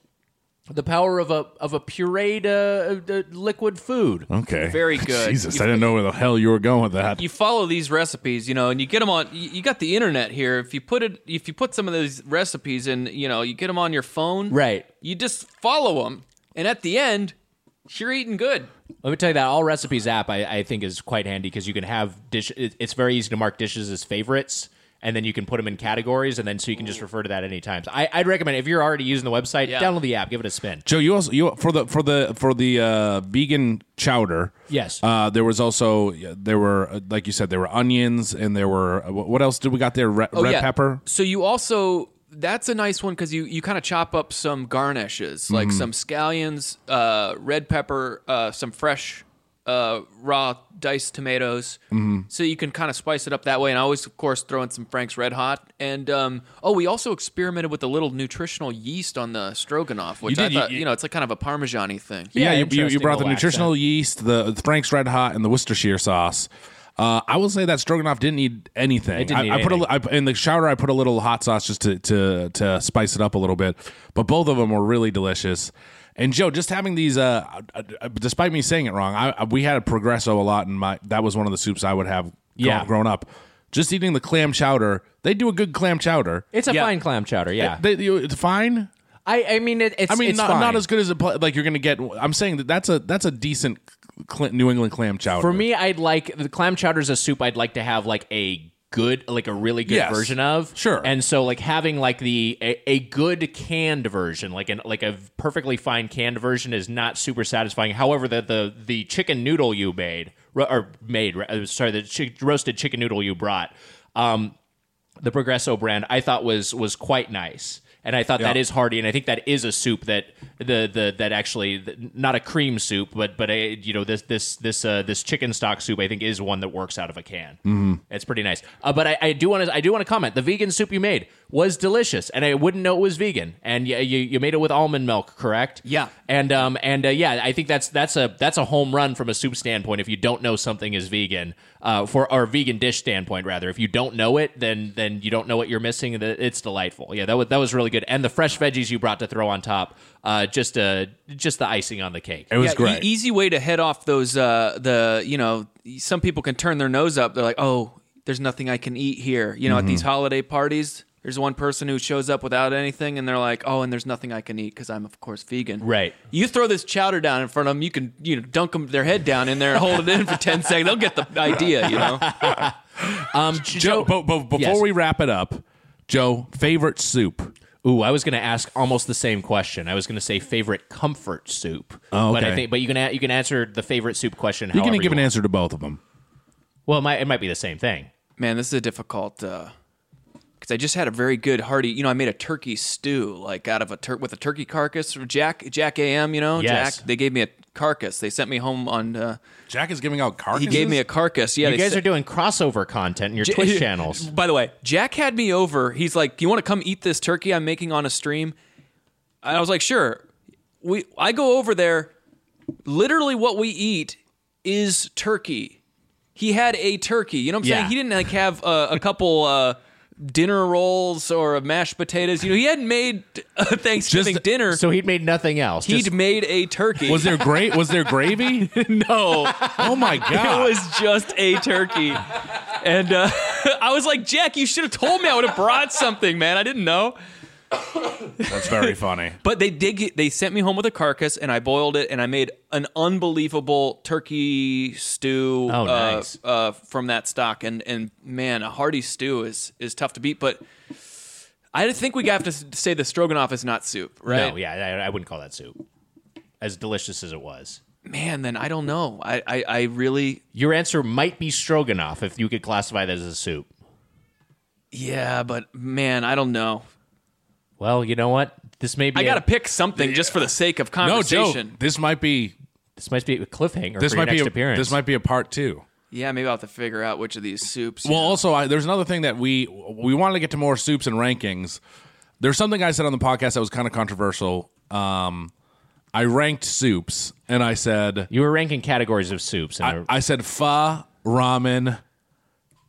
D: the power of a of a pureed uh, uh, liquid food.
E: Okay.
F: Very good.
E: Jesus,
F: You-
E: I didn't know where the hell you were going with that.
F: you follow these recipes, you know, and you get them on. You, you got the internet here. If you put it, if you put some of those recipes in, you know, you get them on your phone.
D: Right.
F: You just follow them, and at the end, you're eating good.
D: Let me tell you that all recipes app I, I think is quite handy because you can have dish. It, it's very easy to mark dishes as favorites, and then you can put them in categories, and then so you can just refer to that any time. So I, I'd recommend if you're already using the website,
F: Yeah.
D: download the app, give it a spin.
E: Joe, you also you for the for the for the uh, vegan chowder.
D: Yes.
E: Uh, there was also there were uh, like you said there were onions and there were uh, what what else did we got there? Red, red
F: Oh, yeah.
E: pepper.
F: So you also that's a nice one because you you kind of chop up some garnishes like
E: Mm-hmm.
F: some scallions, uh, red pepper, uh, some fresh. Uh, raw diced tomatoes,
E: Mm-hmm.
F: so you can kind of spice it up that way. And I always, of course, throw in some Frank's Red Hot. And um, oh, we also experimented with a little nutritional yeast on the stroganoff, which
E: You
F: I
E: did, you-
F: thought,
E: you-
F: you, know, it's like kind of a parmesan-y thing.
E: Yeah, you, you, you
D: interesting
E: brought the
D: little
E: nutritional yeast, the, the Frank's Red Hot, and the Worcestershire sauce. Uh, I will say that stroganoff didn't need anything.
D: It didn't
E: I,
D: need
E: I put a li- I- in the chowder. I put a little hot sauce just to, to to spice it up a little bit. But both of them were really delicious. And Joe, just having these, uh, uh, uh, despite me saying it wrong, I, I- we had a Progresso a lot, and my that was one of the soups I would have gro-
D: Yeah.
E: grown up. Just eating the clam chowder, they do a good clam chowder.
D: It's a
E: Yeah.
D: fine clam chowder, yeah.
E: They, you- it's fine.
D: I, I mean, it, it's
E: I mean,
D: it's
E: not,
D: fine.
E: not as good as a pla- like you're gonna get. I'm saying that that's a that's a decent cl- New England clam chowder
D: For me, I'd like the clam chowder is a soup I'd like to have like a good, like a really good
E: Yes.
D: version of.
E: Sure.
D: And so like having like the a, a good canned version, like an like a perfectly fine canned version, is not super satisfying. However, the the the chicken noodle you made ro- or made uh, sorry the chi- roasted chicken noodle you brought. Um, the Progresso brand I thought was was quite nice. And I thought that is hearty, and I think that is a soup that the the that actually th- not a cream soup, but but a, you know this this this uh, this chicken stock soup I think is one that works out of a can. Mm-hmm. It's pretty nice. Uh, but I, I do want to I do want to comment. The vegan soup you made was delicious, and I wouldn't know it was vegan. And you you, you made it with almond milk, correct?
F: Yeah.
D: And um and uh, yeah, I think that's that's a that's a home run from a soup standpoint. If you don't know something is vegan, uh, for or vegan dish standpoint rather, if you don't know it, then then you don't know what you're missing. and It's delightful. Yeah, that was that was really good. And the fresh veggies you brought to throw on top, uh, just uh just the icing on the cake.
E: It was
F: Yeah,
E: great.
F: E- easy way to head off those. Uh, the you know, some people can turn their nose up. They're like, oh, there's nothing I can eat here. You know, at
E: Mm-hmm.
F: these holiday parties, there's one person who shows up without anything and they're like, "Oh, and there's nothing I can eat because I'm of course vegan."
D: Right.
F: You throw this chowder down in front of them, you can, you know, dunk them their head down in there and hold it in for 10 seconds. They'll get the idea, you know.
D: Um,
E: Joe,
D: Joe,
E: but, but before
D: Yes.
E: we wrap it up, Joe, favorite soup.
D: ooh, I was going to ask almost the same question. I was going to say favorite comfort soup.
E: Oh,
D: But I
E: okay.
D: think, but you can a- you can answer the favorite soup question.
E: You're
D: however
E: gonna give
D: you
E: an
D: want.
E: answer to both of them.
D: Well, it might, it might be the same thing.
F: Man, this is a difficult uh 'cause I just had a very good hearty, you know, I made a turkey stew like out of a tur- with a turkey carcass from Jack Jack AM, you know,
D: Yes.
F: Jack. They gave me a carcass. They sent me home on uh,
E: Jack is giving out carcasses.
F: he gave me a carcass. Yeah,
D: you
F: they
D: guys
F: sent-
D: are doing crossover content in your Twitch channels.
F: By the way, Jack had me over. He's like, "You want to come eat this turkey I'm making on a stream?" And I was like, "Sure." We I go over there. Literally, what we eat is turkey. He had a turkey. You know what I'm
D: Yeah.
F: saying? He didn't like have a, a couple uh, dinner rolls or mashed potatoes. You know, he hadn't made a Thanksgiving
E: Just-
F: dinner.
D: So he'd made nothing else.
F: He'd
D: Just-
F: made a turkey.
E: Was there great? Was there gravy? no. Oh my god.
F: It was just a turkey. And uh, I was like, Jack, you should have told me. I would have brought something, man. I didn't know.
E: That's very funny.
F: But they did. Get, they sent me home with a carcass, and I boiled it, and I made an unbelievable turkey stew.
D: Oh,
F: uh,
D: nice.
F: uh, from that stock, and and man, a hearty stew is is tough to beat. But I think we have to s- say the stroganoff is not soup, right?
D: No, yeah, I, I wouldn't call that soup. As delicious as it was,
F: Man, then I don't know. I I, I really
D: your answer might be stroganoff if you could classify that as a soup.
F: yeah, but man, I don't know.
D: Well, you know what? This may be.
F: I
D: a-
F: gotta pick something just for the sake of
E: No, Joe.
F: conversation.
E: This might be.
D: This might be a cliffhanger.
E: This
D: for
E: might
D: your
E: be.
D: next
E: A,
D: appearance.
E: this might be a part two.
F: yeah, maybe I'll have to figure out which of these soups.
E: Well, also, I, there's another thing that we we wanted to get to more soups and rankings. There's something I said on the podcast that was kind of controversial. Um, I ranked soups, and I said
D: You were ranking categories of soups. And
E: I, I said pho, ramen,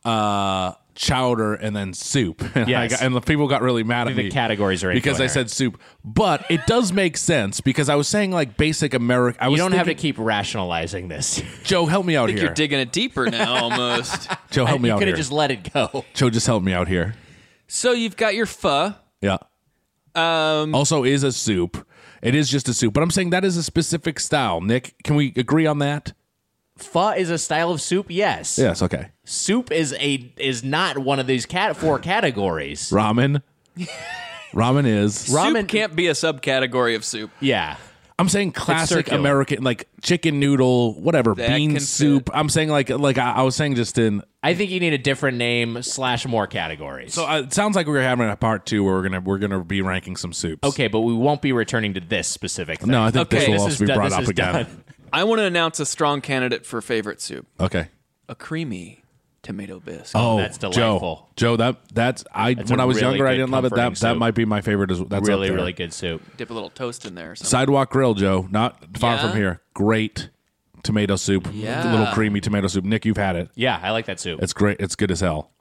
E: uh, chowder, and then soup. And, I
D: Yes.
E: got, and the people got really mad at
D: think the
E: me.
D: categories are
E: because I
D: incoherent.
E: said soup, but it does make sense because I was saying like basic American. I
D: you
E: was
D: don't have to
E: thinking-
D: keep rationalizing this.
E: Joe, help me out
F: I think
E: here.
F: you're digging it deeper now, almost.
E: Joe, help me
D: you
E: out
D: could
E: here.
D: have just let it go.
E: Joe, just help me out here.
F: so you've got your pho.
E: Yeah. Um, also, is a soup. It is just a soup, but I'm saying that is a specific style. Nick, can we agree on that?
D: Pho is a style of soup. Yes.
E: Yes. Okay.
D: Soup is a is not one of these cat four categories.
E: Ramen. ramen is.
F: Soup can't be a subcategory of soup.
D: Yeah.
E: I'm saying classic
D: circular.
E: American, like chicken noodle, whatever,
F: That
E: bean
F: can
E: soup. I'm saying like like I, I was saying just in.
D: I think you need a different name slash more categories.
E: So uh, it sounds like we're having a part two where we're gonna we're gonna be ranking some soups.
D: okay, but we won't be returning to this specific thing.
E: No, I think this
F: Okay.
E: will
F: This
E: also
D: is
E: be
D: done-
E: brought
D: this
E: up
D: is
E: again.
D: done.
F: I want to announce a strong candidate for favorite soup:
E: Okay.
F: a creamy tomato bisque.
E: Oh,
D: that's
E: Joe,
D: delightful.
E: Joe, that that's I
D: a
E: when I was
D: really
E: younger I
D: good
E: didn't love it. That
D: comforting
E: that
D: soup.
E: might be my favorite. As, that's up
D: really,
E: there.
D: really good soup.
F: Dip a little toast in there. Or something.
E: Sidewalk Grill, Joe, not far
F: Yeah?
E: from here. Great tomato soup,
F: Yeah.
E: little creamy tomato soup. Nick, you've had it.
D: Yeah, I like that soup.
E: It's great. It's good as hell.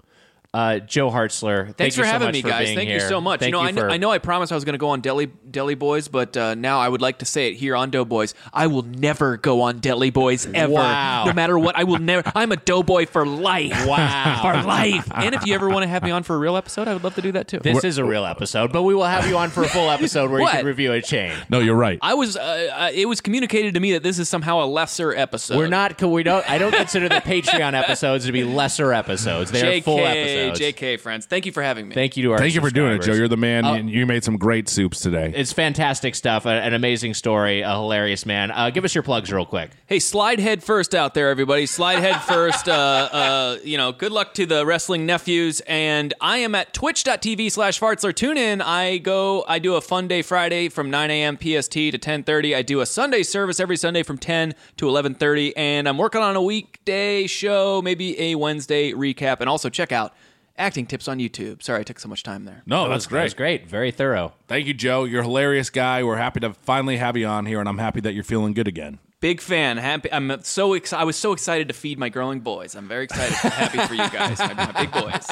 D: Uh, Joe Hartzler, thank
F: Thanks
D: you
F: for
D: so
F: having
D: much
F: me,
D: for
F: guys.
D: being
F: Thank you
D: here.
F: so much.
D: Thank
F: you know, I, kn-
D: for-
F: I know I promised I was going to go on Deli Deli Boys, but uh, now I would like to say it here on Doughboys. I will never go on Deli Boys ever.
D: Wow.
F: No matter what, I will never. I'm a Doughboy for life.
D: Wow.
F: For life. And if you ever want to have me on for a real episode, I would love to do that too.
D: This is a real episode, but we will have you on for a full episode where you
F: What?
D: can review a chain.
E: No, you're right.
F: I was. Uh, uh, it was communicated to me that this is somehow a lesser episode.
D: We're not. We don't. I don't consider the Patreon episodes to be lesser episodes. They are
F: JK,
D: full episodes.
F: JK friends. Thank you for having me.
D: Thank you to our.
E: Thank you for doing it, Joe.
D: subscribers.
E: You're the man. and you made some great soups today.
D: it's fantastic stuff. a- An amazing story. A hilarious man. Uh, give us your plugs real quick.
F: Hey, slide head first out there, everybody. Slide head first. Uh, uh, you know, good luck to the wrestling nephews. And I am at twitch.tv slash fartzler. Tune in. I go, I do a fun day Friday from 9 a.m. PST to 10.30. I do a Sunday service every Sunday from 10 to 11.30. And I'm working on a weekday show, maybe a Wednesday recap. And also check out acting tips on YouTube. Sorry, I took so much time there.
E: no, that's
D: That was great. Very thorough.
E: Thank you, Joe. You're a hilarious guy. We're happy to finally have you on here, and I'm happy that you're feeling good again.
F: Big fan. Happy. I'm so excited. I was so excited to feed my growing boys. I'm very excited. happy for you guys, my, my big boys.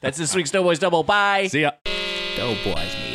D: That's this week's Doughboys Double. Bye.
E: See ya.
D: Oh, Doughboys meet.